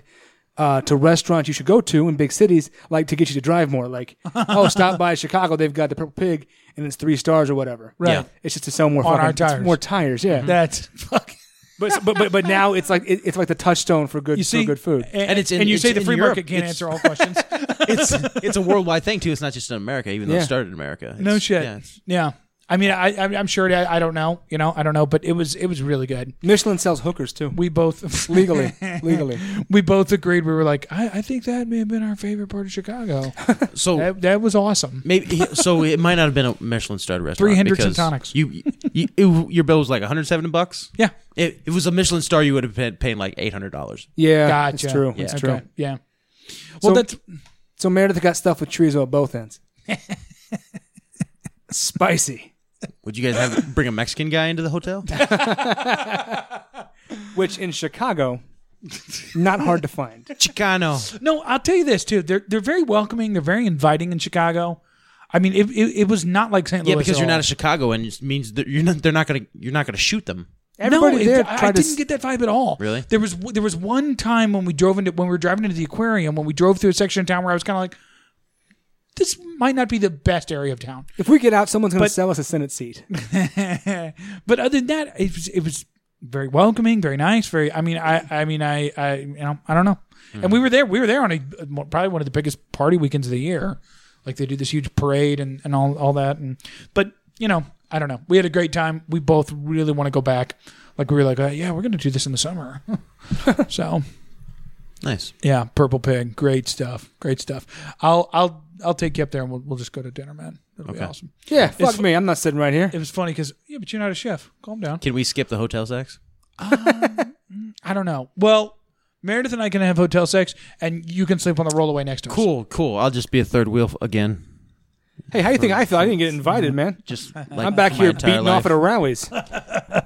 uh, to restaurants you should go to in big cities, like to get you to drive more. [laughs] Like, oh, stop by Chicago, they've got the Purple Pig, and it's three stars or whatever. Right. Yeah. It's just to sell more On fucking- our it's tires. more tires. Yeah. That's fucking. but, but but but now it's like it, it's like the touchstone for good You see, Eh, for good food. and, And it's in- and you it's say the in free Europe. market can't It's- answer all questions. [laughs] it's it's a worldwide thing too. It's not just in America, even though Yeah. it started in America. It's- no shit. yeah, Yeah, it's- I mean, I, I'm I'm sure. it- I, I don't know. You know, I don't know. But it was it was really good. Michelin sells hookers too. We both [laughs] [laughs] legally, legally. we both agreed. We were like, I, I think that may have been our favorite part of Chicago. so that, that was awesome. Maybe so. It might not have been a Michelin starred restaurant. 300s and because tonics. You, you it, your bill was like 170 bucks. Yeah. If if it was a Michelin star, you would have been paying like 800 dollars. Yeah, Gotcha. it's true. Yeah. It's Okay. true. Yeah. Well, So- that's So Meredith got stuff with chorizo at both ends. [laughs] Spicy. Would you guys have bring a Mexican guy into the [laughs] hotel? which in Chicago, not hard to find. Chicano. No, I'll tell you this too. They're they're very welcoming. They're very inviting in Chicago. I mean, it it, it was not like St. Yeah, Louis. because at you're not all. a Chicagoan it means that you're not. They're not gonna. You're not gonna shoot them. Everybody no, it- there I, I tried to. didn't get that vibe at all. Really? There was there was one time when we drove into when we were driving into the aquarium when we drove through a section of town where I was kind of like, this might not be the best area of town. if we get out, someone's going But- to sell us a Senate seat. [laughs] but other than that, it was it was very welcoming, very nice, very. I mean, I I mean, I I you know, I don't know. And we were there. We were there on a probably one of the biggest party weekends of the year. Like they do this huge parade and and all all that. And but you know, I don't know. We had a great time. We both really want to go back. Like we were like, uh, yeah, we're gonna do this in the summer. [laughs] so Nice. yeah, Purple Pig, great stuff, great stuff. I'll I'll I'll take you up there and we'll we'll just go to dinner, man. That'll be Okay. awesome. Yeah, fuck me. I'm not sitting right here. It was funny because yeah, but you're not a chef. Calm down. Can we skip the hotel sex? I don't know. Well, Meredith and I can have hotel sex, and you can sleep on the rollaway next to us. Cool, cool. I'll just be a third wheel f- again. Hey, how you think I feel? I didn't get invited, man. [laughs] Just like I'm back my here entire beating life. off at O'Reilly's.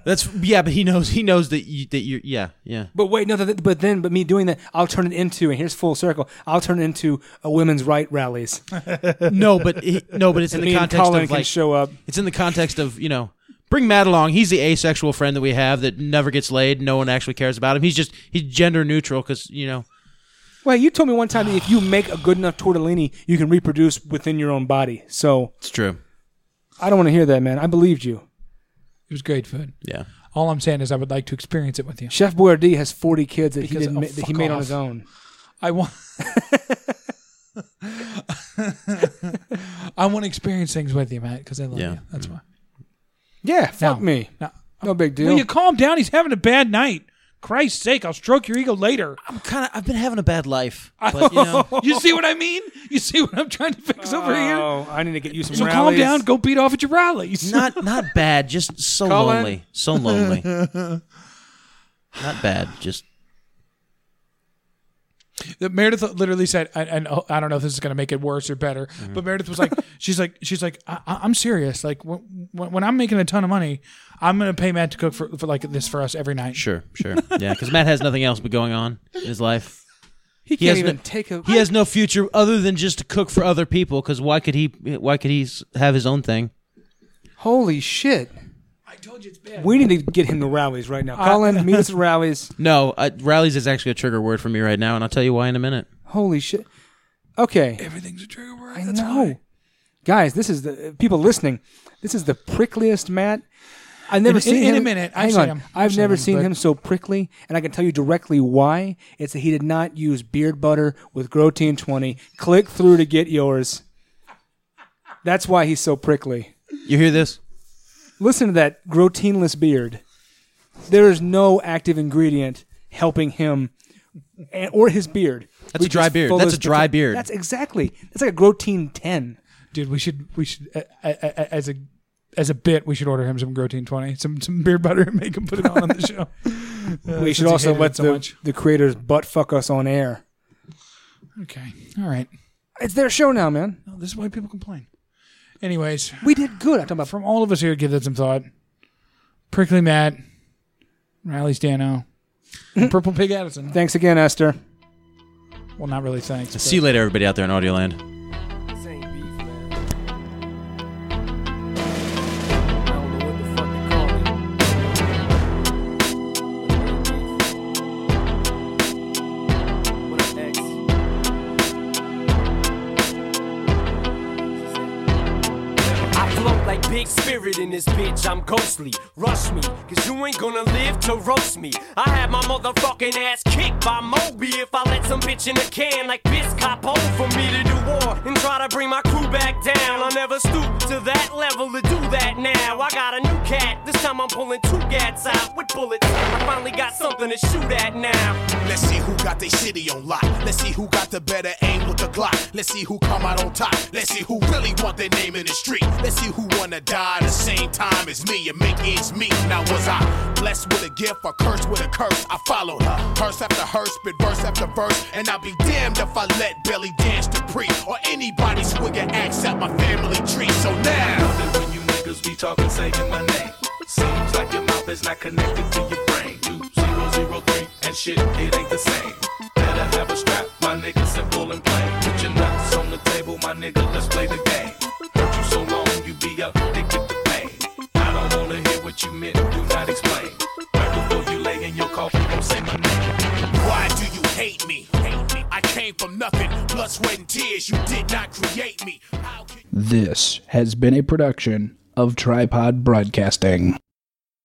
That's yeah, but he knows. He knows that you that you. Yeah, yeah. But wait, no. Th- but then, but me doing that, I'll turn it into, and here's full circle. I'll turn it into a women's right rallies. No, but he, no, but it's in And the me and context Colin of can like. show up. It's in the context of you know. Bring Matt along. He's the asexual friend that we have that never gets laid. No one actually cares about him. He's just he's gender neutral because you know. Well, you told me one time that if you make a good enough tortellini, you can reproduce within your own body. So It's true. I don't want to hear that, man. I believed you. It was great food. Yeah. All I'm saying is I would like to experience it with you. Chef Boyardee has 40 kids that he Because- didn't oh, ma- that he fuck made on off. his own. I want. [laughs] I want to experience things with you, Matt, because I love Yeah. Mm. you. That's why. Yeah, fuck No. me. Now, No big deal. will you calm down? He's having a bad night. Christ's sake, I'll stroke your ego later. I'm kind of. I've been having a bad life, but you [laughs] know. You see what I mean? You see what I'm trying to fix over here? Oh, I need to get you some. So calm rallies. down. Go beat off at your rallies. not not bad. Just so Colin? lonely. So [laughs] lonely. not bad. Just that Meredith literally said, and, and oh, I don't know if this is going to make it worse or better, but Meredith was like, [laughs] she's like, she's like, I, I- I'm serious. Like when, when when I'm making a ton of money, I'm going to pay Matt to cook for, for like this for us every night. sure, sure. Yeah, because Matt has nothing else but going on in his life. He He can't has even no- take a. He has no future other than just to cook for other people. Because why could he? Why could he s- have his own thing? Holy shit. I told you it's bad. We need to get him to rallies right now. [laughs] Colin, meet us at rallies. No, uh, rallies is actually a trigger word for me right now, and I'll tell you why in a minute. Holy shit. Okay. Everything's a trigger word. I That's know. why. Guys, this is the people listening. This is the prickliest Matt. I've never In- seen in- him. in a minute, I've hang seen on. him. I've I've seen never him, seen but- him so prickly, and I can tell you directly why. It's that he did not use beard butter with Grotein 20. Click through to get yours. That's why he's so prickly. You hear this? Listen to that Groteinless beard. There is no active ingredient helping him and, or his beard. That's a dry reach its beard. full That's a dry potential. beard. That's exactly. That's like a Grotein 10. Dude, we should we should uh, uh, uh, as a as a bit we should order him some Grotein Twenty, some some beer butter, and make him put it on on [laughs] the show. we should since he also hated let it so the, much. the creators butt fuck us on air. Okay, all right. It's their show now, man. No, this is why people complain. Anyways, We did good. I'm talking about from all of us here, give that some thought. Prickly Matt, Riley Stano, and Purple Pig Addison. thanks again, Esther. Well, not really thanks. See you later, everybody out there in Audioland. This ain't beef, man. I don't know what the fuck to call it. But it ain't beef. What up, X? I float like big spirit in this bitch, I'm ghostly. Rush me, cause you ain't gonna live to roast me. I had my motherfucking ass kicked by Moby if I let some bitch in a can like Biz Capo for me to do war and try to bring my crew back down. I never stoop to that level to do that now. I got a new cat, this time I'm pulling two gats out with bullets. I finally got something to shoot at now. Let's see who got they city on lock. Let's see who got the better aim with the Glock. Let's see who come out on top. Let's see who really want their name in the street. Let's see who wanna die the same time as me and make ends meet. Now was I blessed with a gift or cursed with a curse? I followed her. Curse after hearse, spit verse after verse, and I'll be damned if I let Belly dance to pre or anybody swig an axe at my family tree. So now. When you niggas letters be talking, saying my name. Seems like your mouth is not connected to your brain. Two zero zero three and shit, it ain't the same. Better have a strap, my nigga, simple and plain. Put your nuts on the table, my nigga, let's play the game. Hurt you so long, you be addicted to pain. I don't wanna hear what you meant, do not explain. Right before you lay in your coffin, don't say my name. Why do you hate me? Hate me. I came from nothing, blood, sweat, and tears. You did not create me. This has been a production of Tripod Broadcasting.